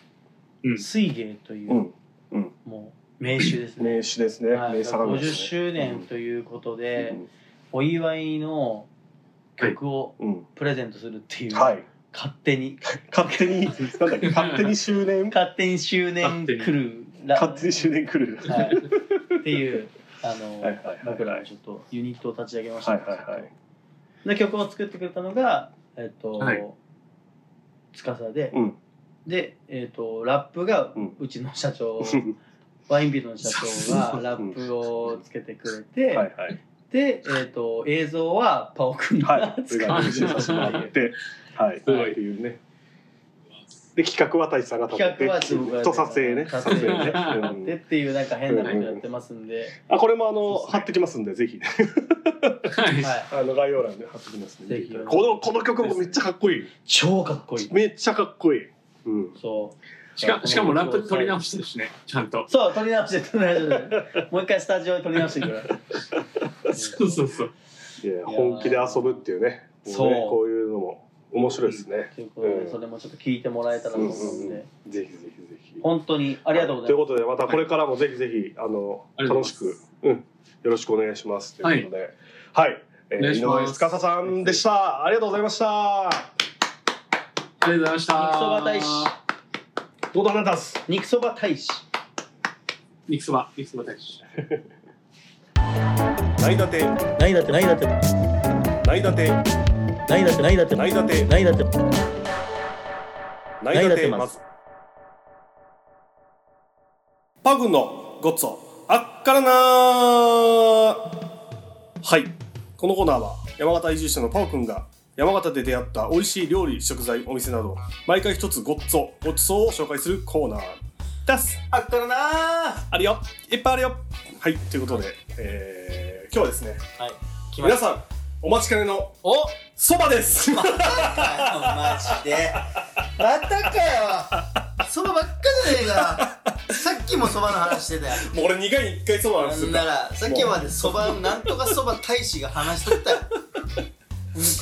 S4: うん
S3: 水芸という、
S1: うん。
S3: もう名酒ですね。
S1: 名酒ですね。
S3: はい
S1: 名酒
S3: 50
S1: ですね。
S3: 周年ということで、
S1: うん
S3: お祝いの曲を
S1: うん。
S3: プレゼントするっていう、
S1: はい。
S3: 勝手に
S1: 勝手に、なんだっけ、勝手に周年、
S3: 勝手に周年来る ら
S1: 勝手に周年来る。
S3: はい、っていうあの、
S1: はいはいはいはい
S3: 僕らちょっとユニットを立ち上げました、
S1: はいはいはい。
S3: で曲を作ってくれたのがえっ、と、
S4: はい
S3: 司で、
S1: うん
S3: でえっ、とラップが
S1: うん
S3: うちの社長、 ワインビルの社長がラップをつけてくれて、
S1: はいはい。
S3: で、えっと映像はパオくんが
S1: はい、そ
S3: 作
S1: れ
S3: る、
S1: が編集させてもらって、はい、
S4: すごい
S1: っていうね。で企画は大地さんが立って
S3: 企画は僕がやって
S1: と撮影ね。
S3: 撮
S1: 撮
S3: 影
S1: 影ね。う
S3: でっ
S1: ん
S3: ていうなんか変なことやってますんで、
S1: あこれもあの、
S4: そうですね
S1: 貼ってきますんでぜひね
S4: は
S3: は
S1: あ
S3: い、
S1: の概要欄で貼ってきますんで
S3: ぜひ
S1: このこの曲もめっちゃかっこいい
S3: 超かっこいい
S1: めっちゃかっこいい、うん、
S3: そう
S4: い。 しかしかもラップ取り直してるしね、ちゃんと。
S3: そう、撮り直して、撮り直して。もう一回スタジオで撮り直してくれ。
S4: そうそうそう。
S1: いや本気で遊ぶっていうね
S3: そ
S1: も
S3: う
S1: ねこういうのも面白いですね、
S3: ということで、それもちょっと聞いてもらえたらと思うんで。
S1: ぜひぜひぜひひ。
S2: 本当にありがとうござ
S1: と
S2: い
S1: い
S2: うま
S1: ことで、またこれからもぜひぜひ、あの、
S4: ありがと
S1: 楽
S4: うご
S1: し
S4: ざいま
S1: く
S4: す、
S1: うん、よろしくお願いします。と
S4: はい
S1: いうことで、はい。え
S4: お
S1: ー、
S4: 願
S1: 井
S4: いします
S1: 上司さんでした。ありがとうございました。
S4: ありがとうございました。
S2: 肉そば大使
S1: どうだなたす。
S2: す肉そば大使
S4: 肉そば、肉そば大使。
S1: ないだて、
S6: ないだってないだってな
S1: ないだて、
S6: いだってないだって
S1: ないだて、
S6: ないだって
S1: ないだ
S6: だて
S1: てま。
S6: ます
S1: パグのごっつおあっからなはい。このコーナーは山形移住者のパオくんが山形で出会った美味しい料理、食材、お店など毎回一つごっつおごちそうを紹介するコーナーです。
S3: あったらなー
S1: あるよいっぱいあるよはい、ということで、えー、今日はですね、
S3: はい来ま
S1: 皆
S3: した
S1: さんお待ちかねの
S3: お
S1: そばです
S3: マジ でまたかよそばばっかじゃねえかさっきもそばの話してたよ
S1: もう俺2回に1回そばなん
S3: な
S1: です
S3: んならさっきまでそばなんとかそば大使が話しとったよ本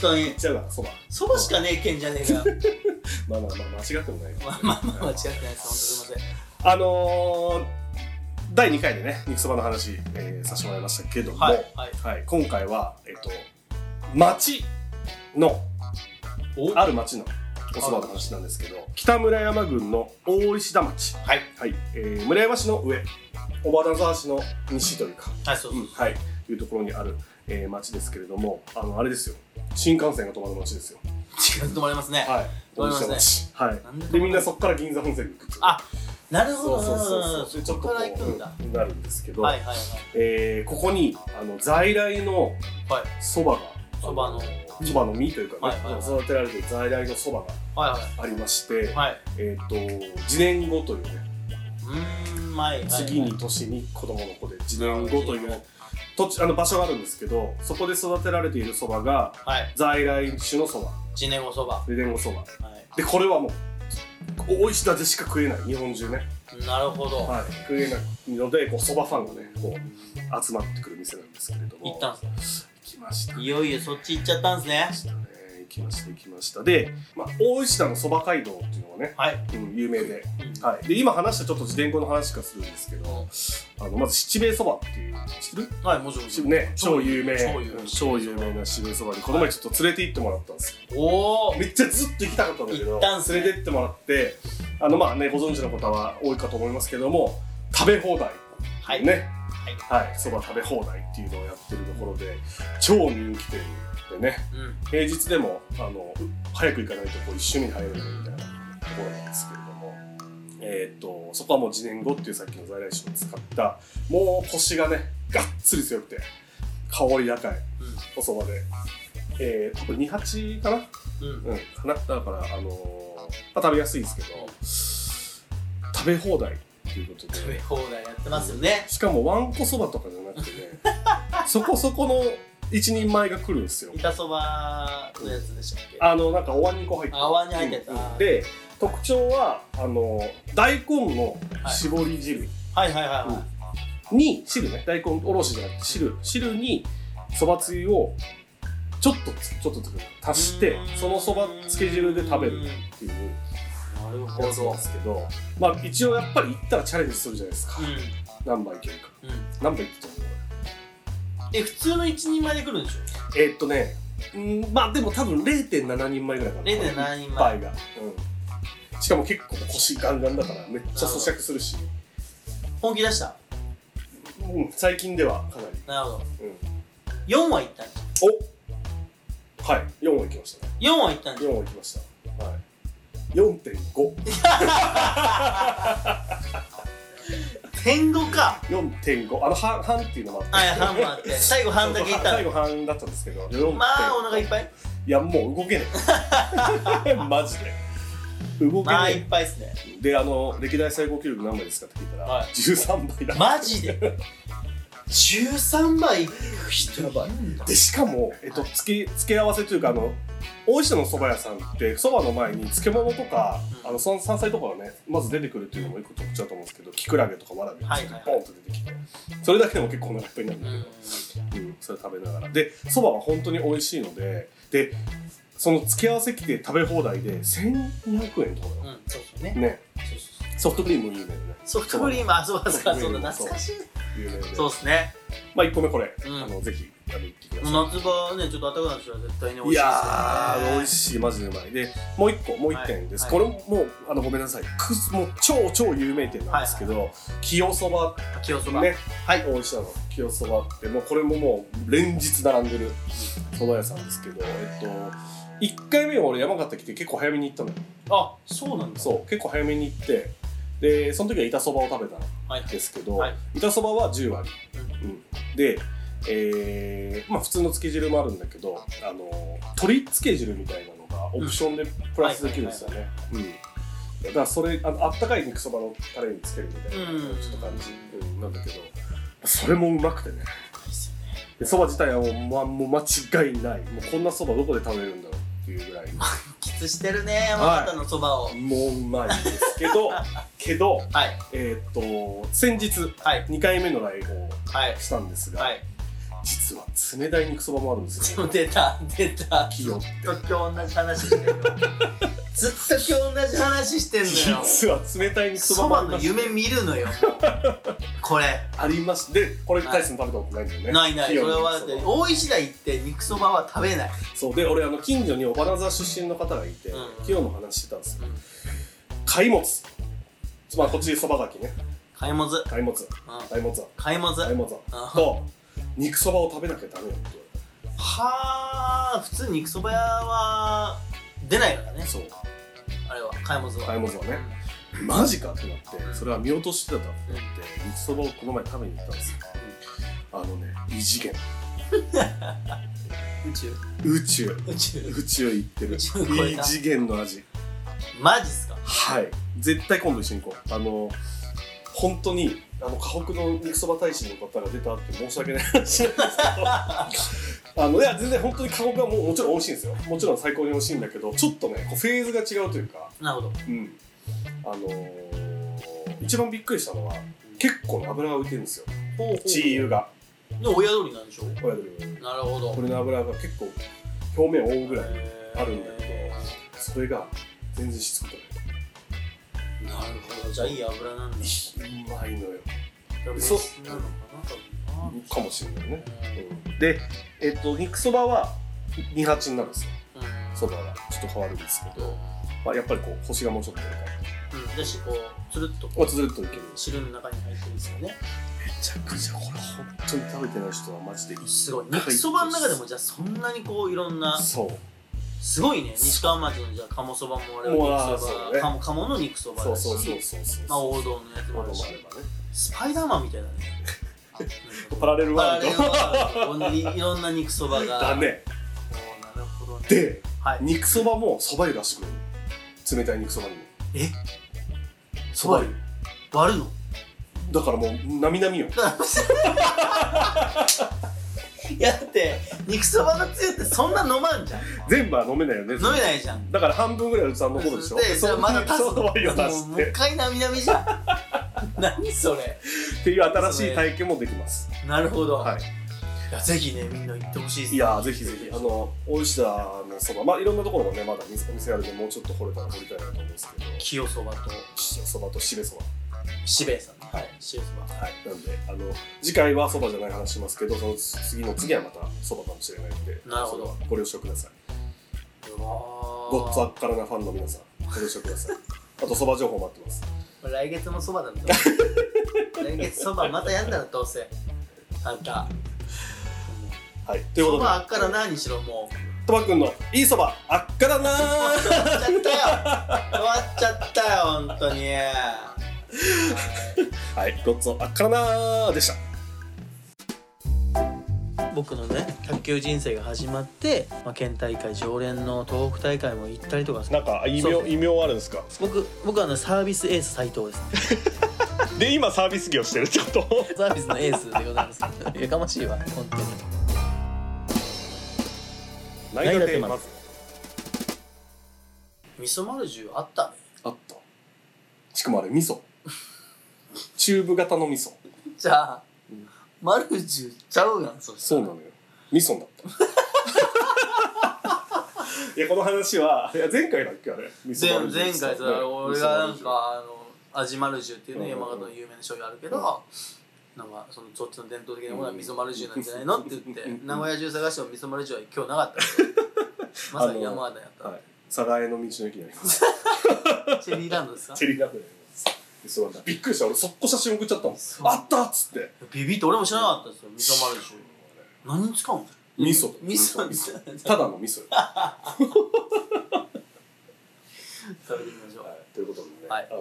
S3: 当に
S1: じゃあそば
S3: そばしかねえけんじゃねえかよ
S1: まあまあまあ間違ってもない
S3: まあまあまあ間違ってないです本当すいません
S1: あのー、第2回でね肉そばの話、えーさせてもらいましたけども、
S3: は
S1: はいい
S3: はい
S1: 今回は、えっと町のある町のおそばの話なんですけど北村山郡の大石田町、
S3: はい
S1: はいえー村山市の上小畑沢市の西というか、
S3: はいそう
S1: うんはい、いうところにある、えー町ですけれどもあのあれですよ新幹線が止まる町ですよ。
S3: 時間止まりますね
S1: はい、
S3: 止まります
S1: 大石
S3: ね
S1: 田町。
S3: な
S1: は
S3: んで
S1: い、でみんなそこから銀座本線に行くっていう
S3: あなるほ
S1: そうそ
S3: ど
S1: うそうそう。でち
S3: そ
S1: ょっ
S3: ことから
S1: こ
S3: 行くんだ
S1: ううんなるんですけど、
S3: はいはいはい
S1: えーここにあの在来の
S3: はい
S1: そばが
S3: そばの
S1: そばの実というか、ね
S3: はいはいはい
S1: 育てられてる在来のそば
S3: はいはい
S1: がありまして、
S3: はい
S1: えっ、と自年後というね
S3: うーん前
S1: 次に年に子供の子で自年後という土地あの場所があるんですけど、そこで育てられているそばが
S3: はい
S1: 在来種のそば、
S3: ジネゴそばは
S1: 自年後そば。でこれはもう大石田でしか食えない日本中ね。
S3: いなるほど
S1: はい、食えないのでこうそばファンがねこう集まってくる店なんですけれども
S3: 行ったんすね
S1: 行きましたね
S3: いよいよそっち行っちゃったんですね
S1: 行きました行きましたで、まあ、大石田のそば街道っていうのがね、
S3: はい
S1: うん、有名で,、
S3: うん
S1: はい、で今話したちょっと自伝語の話からするんですけどあのまず七兵衛そばっていう知ってる
S3: はいもちろんもちろん
S1: ね、超有名
S3: 超有名
S1: うん超有名な七兵衛そばにこの前ちょっと連れて行ってもらったんですよ
S3: おお
S1: めっちゃずっと行きたかったんだけ
S3: 行
S1: ど
S3: ったんすね
S1: 連れてってもらってあのまあねご存知の方は多いかと思いますけども食べ放題
S3: はい
S1: ねはいそば、食べ放題っていうのをやってるところで超人気店でね
S3: うん
S1: 平日でもあの早く行かないとこう一緒に入れないみたいなところなんですけれども、えーっとそこはもう次年後っていうさっきの在来種を使ったもう腰がねがっつり強くて香り高いおそばで、えー、多分28かな
S3: うんうん
S1: うん、かなだから、あのーまあ、食べやすいですけど食べ放題っていうこと
S3: 食べ
S1: で
S3: 放題やってますよね
S1: しかもわんこそばとかじゃなくてね そこそこの一人前が来るんですよ
S3: 板そばのやつでしたっけ
S1: あのなんかお椀にこう入って
S3: あお椀に入ってた
S1: うんうんで特徴はあの大根の絞り汁
S3: はいはいはいはい、
S1: に、汁ね大根おろしじゃなくて汁汁にそばつゆをちょっとつちょっとつく足してそのそばつけ汁で食べるっていう
S3: なる
S1: やつなんですけど、まあ、一応やっぱり行ったらチャレンジするじゃないですか、
S3: う
S1: 何杯いけるか
S3: んうん
S1: 何杯いくと思う
S3: え普通の一人前で来るんでしょ
S1: えーっとねうんまあでも多分0.7人前ぐらいかな
S3: 0.7人前
S1: 杯が、うん、しかも結構腰ガンガンだからめっちゃ咀嚼するし、
S3: 本気出した
S1: うん、最近ではかなり、
S3: なるほど
S1: うん、
S3: 4はいったんじ
S1: おはい4はいきましたね
S3: ゃん4はいったんじゃん
S1: 4はいきましたはい4.54.5
S3: 天狗か
S1: あの半半っていうのもあって
S3: はい半もあって最後半だけいった
S1: 最
S3: ん
S1: 後
S3: だ
S1: 半だったんですけど4.5
S3: まあお腹いっぱい
S1: いやもう動けね えマジで動け
S3: まあい
S1: ね
S3: っぱいっすね
S1: えであの歴代最高記録何枚ですかって聞いたら、
S3: はい
S1: 13倍だ
S3: マジで13倍いく人やばい
S1: でしかも、えっと、付け付け合わせというかあの大石田のそば屋さんってそばの前に漬物とか、
S3: うん
S1: あの山山菜とかがねまず出てくるっていうのも一個特徴だと思うんですけどきくらげとかわらびが
S3: はいはいはい
S1: ポンと出てきてそれだけでも結構お腹いっぱいになるん
S3: う
S1: だけど
S3: ん、
S1: うん、それ食べながらでそばは本当に美味しいのででその付け合わせ機で食べ放題で1200円とかだよ
S3: うん、そうそうね
S1: ね
S3: そうそう
S1: ソフトクリーム有名でね
S3: ソフトクリームあそうかそうかそうだ懐かしい
S1: 有名で
S3: そうですね
S1: まあ1個目これ、
S3: うん
S1: あのぜひ食べに行ってください、
S3: 夏場ねちょっと暖かくなってきたら絶対に美
S1: い
S3: 味しいですよね
S1: やー美味しいマジでうまいでもう一個もう一点です、
S3: はい
S1: これもうあのごめんなさいくすもう超超有名店なんですけど、清そば
S3: 清そば
S1: ねはい大石田の清そばってもうこれももう連日並んでるそば屋さんですけどえっと1回目は俺山形来て結構早めに行ったのよ
S3: あそうなんだ
S1: そう結構早めに行ってでその時は板そばを食べたん
S3: はい
S1: ですけど、
S3: はい
S1: 板そばは10割、うんで、えーまあ、普通のつけ汁もあるんだけどあの鶏つけ汁みたいなのがオプションでプラスできるんですよねうんだからそれあのあったかい肉そばのタレにつけるみたいな
S3: うん
S1: ちょっと感じ、うんなんだけどそれもうまくてねでそば自体はもう,、ま、もう間違いないもうこんなそばどこで食べれるんだろうっていうぐらい
S3: キツしてるね山形のそばをはい
S1: もううまいんですけ どけどえーっと先日
S3: はい
S1: 2回目の来訪を
S3: はい
S1: したんですが、
S3: はい
S1: 実は冷たい肉そばもあるんですよ、ね、
S3: 出た出た
S1: 清って
S3: ずっと今日同じ話してるよずっと今日同じ話してん のよ
S1: 実は冷たい肉そば
S3: そ
S1: も
S3: ば
S1: あり
S3: の
S1: まし
S3: 夢見るのよこれ
S1: ありましてでこれ
S3: はい
S1: 大志さん食べたことないんだよね
S3: ないないそ
S1: 清
S3: れ
S1: の肉
S3: はだ
S1: そ
S3: っ
S1: ば
S3: て大石田行って肉そばは食べない
S1: そうで俺あの近所に尾花沢出身の方がいて、
S3: うん
S1: 清の話してたんですよ、
S3: うん
S1: 貝物まあこっちでそばがきね
S3: 買いもず
S1: 貝物貝物
S3: 買いもず
S1: 貝物
S3: あ
S1: と肉そばを食べなきゃダメよって言われ
S3: はあ普通肉そば屋は出ないからね
S1: たそう
S3: あれは買いもずは
S1: 買い物はねマジかってなってそれは見落としてたと思って肉そばをこの前食べに行ったんですよあのね異次元
S3: 宇宙
S1: 宇宙
S3: 宇宙
S1: 宇宙行ってる
S3: 宇宙超え
S1: 異
S3: た
S1: 次元の味
S3: マジっすか
S1: はい絶対今度一緒に行こうあの本当にあの河北の肉そば大使の方が出たって申し訳ない話なんですけど あのいや全然本当に河北はもうもちろん美味しいんですよもちろん最高に美味しいんだけどちょっとねこうフェーズが違うというか
S3: なるほど
S1: うん、あのー一番びっくりしたのは結構油が浮いてるんですよ
S3: ほうほ
S1: チー油が
S3: でも親鳥なんでしょ
S1: 親鳥が
S3: なるほど
S1: これの油が結構表面を覆うぐらい
S3: へー
S1: あるんだけどそれが全然しつこく
S3: なるほどじゃあいい油なん
S1: ない、
S3: だ
S1: うまいのよそ
S3: そ
S1: うう
S3: なのかな
S1: かもしれないね、うんで、えっと、肉そばは28になるんですよ
S3: 多分な
S1: そばはちょっと変わるんですけど、まあ、やっぱりこう星がもうちょっと出るから
S3: うん、うん、だしこうつるっと
S1: ま
S3: こ
S1: あずっといける
S3: う汁の中に入ってるんですよね
S1: めちゃくちゃこれ本当に食べてない人はマジでいい
S3: すごい肉そばの中でもじゃあそんなにこういろんな
S1: そう
S3: すごいね西川町のじゃあ鴨そばもあれば
S1: うわー
S3: 肉そば
S1: そうね
S3: 鴨鴨の肉そば
S1: そ
S3: だ
S1: う
S3: し
S1: そうそうそうそう
S3: まあ王道のやつもあるしスパイダーマン みたいだね
S1: パラレル
S3: パ
S1: ワー
S3: ラ
S1: ル
S3: レ
S1: ド
S3: ルワールドにいろんな肉そばが
S1: だね
S3: おーなるほどね
S1: で
S3: はい
S1: 肉そばもそば湯出してくれる冷たい肉そばにも
S3: え
S1: そば湯
S3: 割るの
S1: だからもうなみなみよ
S3: いやだって肉そばのつゆってそんな飲まんじゃん
S1: 全部は飲めないよね
S3: 飲めないじゃん
S1: だから半分ぐらいは器残るでしょ
S3: でそれまだ足す
S1: そば湯を足
S3: も
S1: し
S3: う一
S1: て
S3: 回なみなみじゃん 何それ
S1: っていう新しい体験もできます
S3: なるほど、
S1: はい
S3: いやぜひねみんな行ってほしいです
S1: いやーぜひぜひあの大石田のそばまあいろんなところもねまだお店あるんでもうちょっと掘れたら掘りたいなと思うんですけど
S3: 清そばと
S1: そばとしめそば
S3: 渋谷さんのはい塩そば
S1: はい、なんであの次回はそばじゃない話しますけどその次の次はまたそばかもしれないんで
S3: なるほ
S1: そ
S3: ど
S1: れはご了承くださいう
S3: わ
S1: ごっつあっからなファンの皆さんご了承くださいあとそば情報待ってます
S3: ー来月もそば だね来月そばまたやんだらどうせあんた
S1: はいということ
S3: そ
S1: で
S3: ばあっからなにしろもう
S1: トマくんのいいそばあっからなー
S3: 終わっちゃったよ終わっちゃったよ本当に
S1: はいごっつあっからなーでした
S2: 僕のね卓球人生が始まって、まあ、県大会常連の東北大会も行ったりとか
S7: なんか異
S2: そう
S7: 名異名あるんですか
S2: 僕僕はあのサービスエース斉藤です
S7: で今サービス業してるってこと
S2: サービスのエースでござい ますやかましいわ本当に
S6: 内
S1: 内田
S6: 田
S1: で
S6: で
S1: ま
S6: ま
S1: ず
S3: 味噌まるじゅうあったね
S1: あったしかもあれ味噌チューブ型の味噌
S3: じゃあまるじゅうちゃうやんそした
S1: そう
S3: ら
S1: なのよ味噌になった いやこの話はいや前回だっけあれ味噌
S3: で
S1: バルジ
S3: 前
S1: ン
S3: 回さ俺がなんかあの味丸汁っていうね
S1: うん
S3: 山形の有名な醤油あるけどなんかそのそっちの伝統的なものは味噌丸汁なんじゃないのって言って名古屋中探しても味噌丸汁は今日なかったけど まさに山形やっ
S1: はい佐賀江の道の駅にあります
S3: たチェリーランドですか
S1: チェリーラブでありますそうなんだびっくりした俺速攻写真送っちゃったもんあったっつって
S3: ビビって俺も知らなかったですよ味噌丸汁何に使うの
S1: 味噌
S3: 味噌
S1: 味噌
S3: 味噌
S1: ただの味噌よ
S3: 食べてみましょう
S1: ということでね、
S3: はい
S1: あの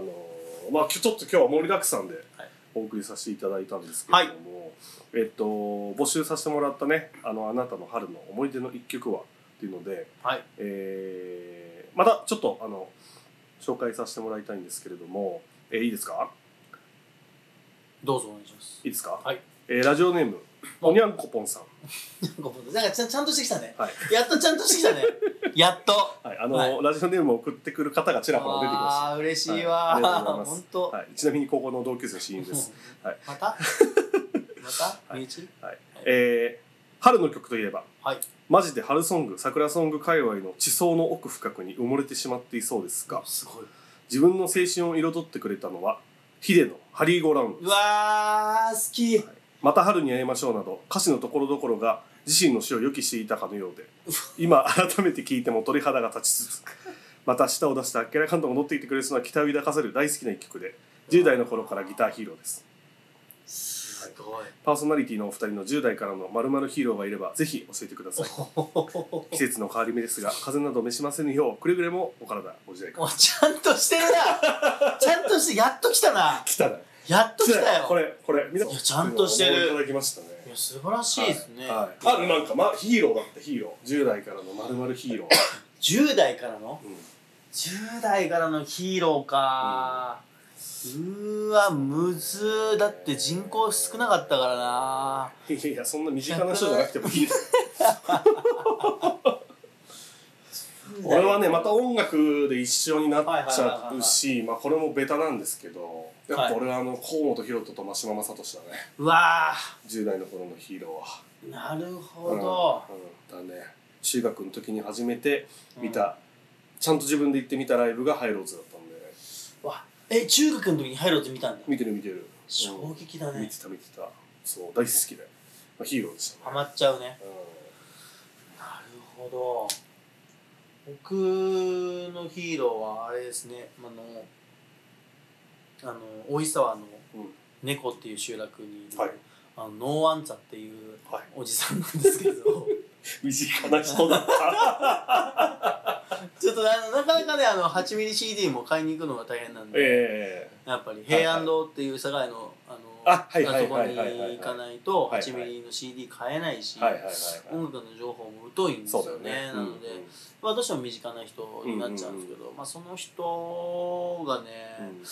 S1: ーまあ、きょちょっと今日は盛りだくさんで
S3: はい
S1: お送りさせていただいたんですけれども、えっと、募集させてもらったね「あのあなたの春の思い出の一曲は」っていうので、
S3: はい
S1: えーまたちょっとあの紹介させてもらいたいんですけれども、えーいいですか
S3: どうぞお願いします
S1: いいですか、
S3: はい
S1: えーラジオネームおにゃんこぽんさん、
S3: ごめんなんかちゃんちゃんとしてきたね
S1: はい
S3: やっとちゃんとしてきたねやっと
S1: はい、あの、
S3: はい
S1: ラジオネームを送ってくる方がちらほら出てきました
S3: あー嬉しい
S1: はいあ
S3: わ
S1: りがとうございます
S3: 本当
S1: はい、ちなみに高校の同級生の親友です。
S3: ま たまた身内
S1: はい、えー春の曲といえば、
S3: はい
S1: マジで春ソング、桜ソング界隈の地層の奥深くに埋もれてしまっていそうですが、
S3: すごい
S1: 自分の青春を彩ってくれたのは、ヒデのハリーゴーラウンド
S3: う。わー好き
S1: また春に会いましょうなど、歌詞のところどころが自身の死を予期していたかのよう で、今改めて聞いても鳥肌が立ちつつ、また舌を出してあっけらかんと戻ってきてくれそうな期待を抱かせる大好きな一曲で、10代の頃からギターヒーローです。
S3: すごい
S1: パーソナリティのお二人の10代からの〇〇ヒーローがいればぜひ教えてください季節の変わり目ですが風邪など召しませぬようくれぐれもお体ご自愛くだ
S3: もうちゃんとして るなちゃんとしてやっと来たな
S1: さい来たね
S3: やっと来たよ
S1: これこれみんない
S3: やちゃんとしてる
S1: いただきましたね
S3: いや素晴らしいですね、
S1: はいはいあなんか、ま、ヒーローだってヒーロー10代からの〇〇ヒーロー
S3: 10代からの、
S1: うん
S3: 10代からのヒーローか、うーわむずーだって人口少なかったからない
S1: やいやそんな身近な人じゃなくてもいい 俺はねまた音楽で一緒になっちゃうしまあこれもベタなんですけどやっぱ俺はあの河本大翔と真島正俊だね
S3: うわ
S1: 10代の頃のヒーローは。
S3: ーなるほど、
S1: うんうんだね中学の時に初めて見た、ちゃんと自分で行ってみたライブがハイローズだったんで
S3: わえ中学の時に入ろうって見たんだ
S1: 見てる見てる
S3: 衝撃だ
S1: うん見
S3: ね
S1: てた見てたそう大好きで、まあ、ヒーローでした
S3: ハ
S1: ね、
S3: マっちゃうね
S1: うん
S3: なるほど僕のヒーローはあれですねあのあの大石沢の
S1: うん
S3: 猫っていう集落にいる、
S1: はい
S3: あのノーアンツァっていう
S1: はい
S3: おじさんなんです けど
S1: 身近な人だった
S3: ちょっとあのなかなかねあの 8mmCD も買いに行くのが大変なんで、
S1: え
S3: やっぱり平安堂っていう佐賀屋のあの
S1: あはい
S3: あそこ
S1: はい
S3: に
S1: はいはいはい
S3: 行かないと
S1: はいはい
S3: 8mm の CD 買えないし、
S1: えはいはいはい、
S3: 音楽の情報も疎いんです
S1: そうだ
S3: よ
S1: よ
S3: ね
S1: ね
S3: なので、まあ、どうしても身近な人になっちゃうんですけど、まあ、その人がね、
S1: うんうんうん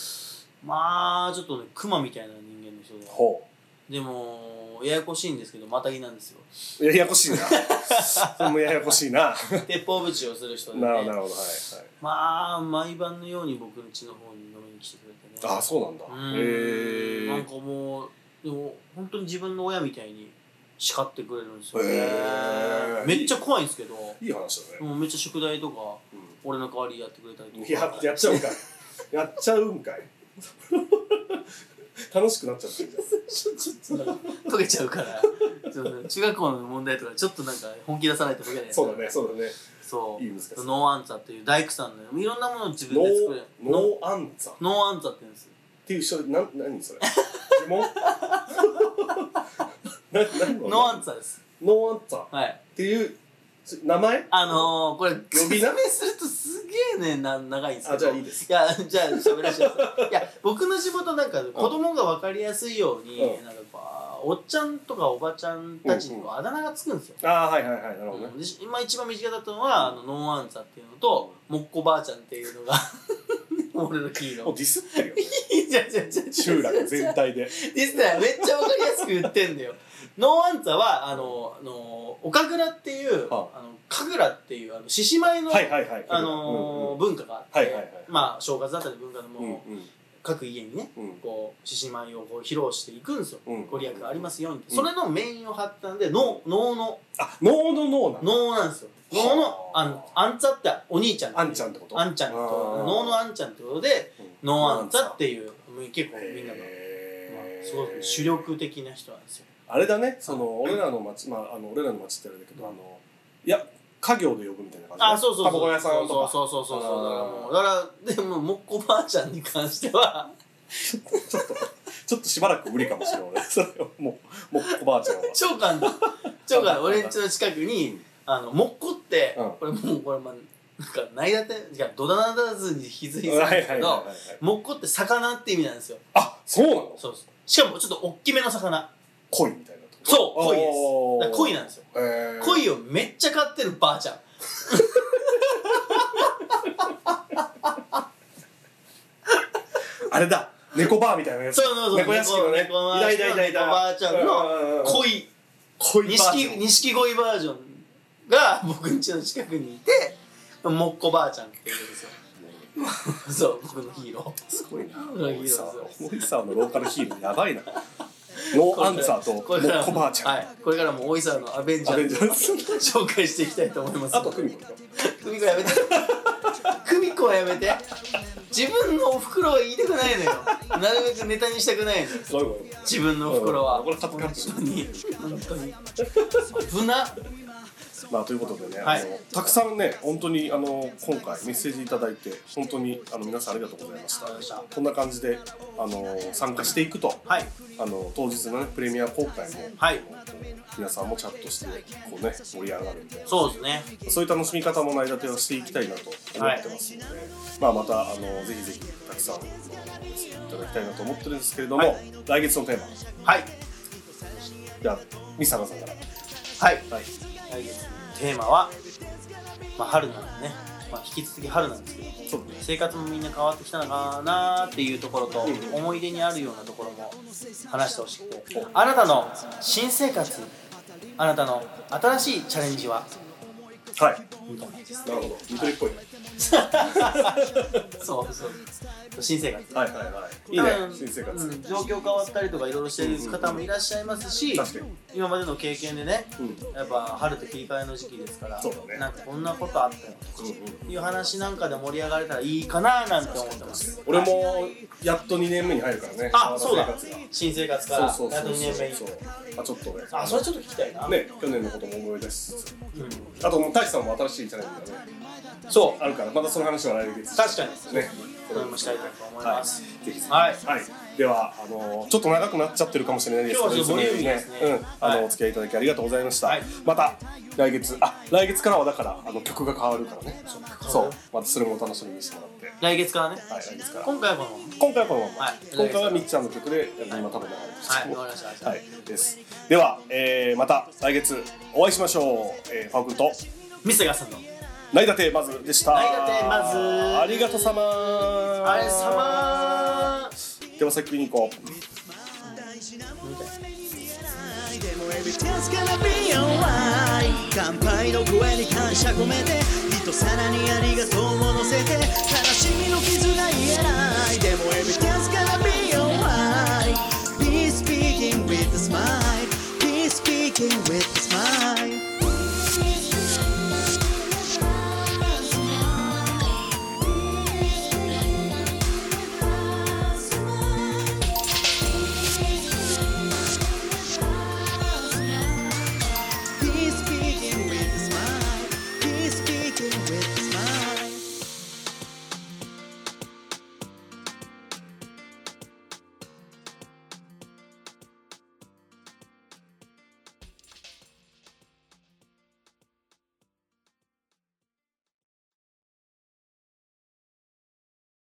S3: まあちょっとねクマみたいな人間の人で
S1: ほ
S3: でもややこしいんですけどまたぎな んですよ
S1: うややこしいなそれもややこしい な
S3: 鉄砲ぶちをする人で、ね、
S1: なるほどなるほどはい、はい、
S3: まあ毎晩のように僕の家の方に飲みに来てくれてね
S1: ああそうなんだ
S3: うん
S1: へえ
S3: なんかもうでも本当に自分の親みたいに叱ってくれるんですよね、
S1: へー
S3: めっちゃ怖いんですけど
S1: いい話だね、
S3: もうめっちゃ宿題とか
S1: うん
S3: 俺の代わりやってくれたりとか
S1: いややっちゃうんかいやっちゃうんかい楽しくなっちゃってるじゃん
S3: 溶けちゃうからちょっとね中学校の問題とかちょっとなんか本気出さないと解けない
S1: そうだねそうだね
S3: そう
S1: いい難しさ
S3: ノーアンツァっていう大工さんのいろんなものを自分
S1: ノ
S3: で作る
S1: ーノーアンツァっ
S3: ノーアンツァって言うんですよ
S1: ていう人なん何それ呪 文な何
S3: ノ
S1: の
S3: ーアンツァです
S1: ノーアンツァっ
S3: はい
S1: ていうつ名前
S3: あのー、これ
S1: 呼び名
S3: 説明するとすげえねな長いんですけど
S1: あじゃあいいです
S3: いやじゃあ喋らせてくださいいや僕の地元なんか子供が分かりやすいように、
S1: うん
S3: なんかこうおっちゃんとかおばちゃんたちにこうあだ名がつくんですよ、
S1: ああはいはいはいなるほどね
S3: うんで今一番身近だったのは、あのノンアンサーっていうのと、もっこばあちゃんっていうのが俺のヒー
S1: も
S3: ロ
S1: うディスってるよね
S3: ーいやいやいやいや
S1: 集落全体 で
S3: ですねめっちゃわかりやすく言ってんだよノーアンサーはあのあの岡倉っていう、
S1: は
S3: あの神楽っていうあの獅子舞の、
S1: はいはいはい
S3: あのー文化があって、
S1: はいはいはい
S3: まあ正月だったり文化でも、
S1: うんうん
S3: 各家にね
S1: うんうん
S3: こう獅子舞をこう披露していくんですよ、
S1: うん
S3: ご利益がありますようにって、
S1: うん
S3: それのメインを張ったんで能能の
S1: あノーのノーな
S3: 能なんですよ能のあんあんちゃってお兄ちゃん
S1: アンちゃんってこと
S3: あんちゃんってこと能のあんちゃんってことで
S1: うん
S3: 能あんちゃっていういう結構みんなの、まあ、すごく
S1: え
S3: 主力的な人なんですよ。
S1: ーあれだねその俺らの町まああの俺らの町ってあれだけどあのいや家業で呼ぶみたいな感じね
S3: あ、そうそうそう。
S1: タバコ屋さんとか
S3: そうそうそうそうそう。だから
S1: あ
S3: もう、だから、でも、もっこばあちゃんに関しては、
S1: ちょっとちょっとしばらく無理かもしれ ないそれをもうもうおばあちゃんは
S3: 長官だ。長官、俺んちの近くに、あの、もっこって、
S1: うん
S3: これもう、これ、まあ、なんか、ないだて、じゃドダナダズに気づいてたん
S1: はいはい
S3: です
S1: は
S3: け
S1: いはい
S3: ど、もっこって魚って意味なんですよ。
S1: あそうなの
S3: そうです。しかも、ちょっと大きめの魚。
S1: 恋みたいなとこ
S3: そう、鯉です。
S1: おー
S3: だから鯉なんですよ。
S1: えー
S3: 鯉をめっちゃ飼ってるばあちゃん。
S1: あれだ猫バーみたいなやつ
S3: そうそうそう。
S1: 猫屋敷のね
S3: 猫猫屋敷
S1: いた
S3: の
S1: いたいた
S3: 猫ばあちゃんの
S1: うんうんうん
S3: 恋。
S1: 恋バージョ
S3: 錦
S1: ン
S3: 錦鯉バージョンが僕ん家の近くにいてもっこばあちゃんって言うんですよそう僕のヒーロー
S1: すごいな
S3: うんいいですよ
S1: 森沢のローカルヒーローや ばいなノーアンサーとも
S3: これから
S1: っこばあちゃん、
S3: はい、これからも大井沢のアベンジャ
S1: アベン
S3: ーズ
S1: ジャーズ
S3: 紹介していきたいと思います
S1: あと久美子とか
S3: 久美子やめて久美子はやめて自分のおふくろは言いたくないのよなるべくネタにしたくないのよ
S1: ごめんごめん
S3: 自分のおふくろは
S1: うんこれ
S3: 本
S1: カットカット
S3: 当に本当に危な
S1: まあということでね、
S3: はい
S1: あのたくさんね本当にあの今回メッセージいただいて本当にあの皆さんありがとうございましたこんな感じであの参加していくと、
S3: はい
S1: あの当日のねプレミア公開も、
S3: はい
S1: 皆さんもチャットしてこうね盛り上がるんで
S3: そうですね
S1: そういう楽しみ方も内立てをしていきたいなと思ってますので、まあ、またあのぜひぜひたくさんあのお寄せいただきたいなと思ってるんですけれども、
S3: は
S1: 来月のテーマ
S3: はい
S1: じゃあミサナさんから
S3: はい、来月のテーマは、まあ、春なんでね、まあ、引き続き春なんですけど
S1: そうだね
S3: 生活もみんな変わってきたのかなっていうところと思い出にあるようなところも話してほしくてあなたの新生活あなたの新しいチャレン ジは
S1: はいなるほどニトリっぽい
S3: そうそう新生活
S1: はいはいはいいいね
S3: 多分
S1: 新生
S3: う
S1: 活
S3: ん状況変わったりとかいろいろしてる方もいらっしゃいますし
S1: 確かに
S3: 今までの経験でね
S1: うん
S3: やっぱ春と切り替えの時期ですから
S1: そうだね
S3: なんかこんなことあったよ
S1: うんうん
S3: いう話なんかで盛り上がれたらいいかななんて思ってます
S1: 俺もやっと2年目に入るからね
S3: あそうだ
S1: 生活が
S3: 新生活から
S1: そうそう
S3: あと
S1: そう
S3: 2年目
S1: そうあちょっとね
S3: あそれちょっと聞きたいな、
S1: ね去年のことも思い出しつつ
S3: うん
S1: あともう大志さんも新しいチャレンジがね
S3: そう
S1: あるからまたその話は来月
S3: 確かに
S1: ね
S3: それもしたいなと思います
S1: はい、ぜひぜひ
S3: はい、
S1: はい、ではあのちょっと長くなっちゃってるかもしれないですけど
S3: 今日はちょっとボリューミーですね
S1: いつもよりうん、あ
S3: は
S1: の
S3: い
S1: お付き合いいただきありがとうございました、
S3: はい
S1: また来月あ来月からはだからあの曲が変わるからねそう
S3: そう
S1: またそれもお楽しみにしてもらって、
S3: 来月からね、
S1: はい、来月から
S3: 今回も
S1: 今回はこのまま、
S3: はい
S1: 今回はみっちゃんの曲で今多分流れて
S3: はいわかりました
S1: はい、ですでは、えーまた来月お会いしましょう、えー、パオくんと
S3: ミスガさんの
S1: 内立てまずでした
S3: 内立てまず
S1: ありがとうさま
S3: あれさまー
S1: では先に行こう
S8: Everything's gonna be alright 乾杯の声に感謝込めて一皿にありがとうを乗せて悲しみの傷が癒えないでも Everything's gonna be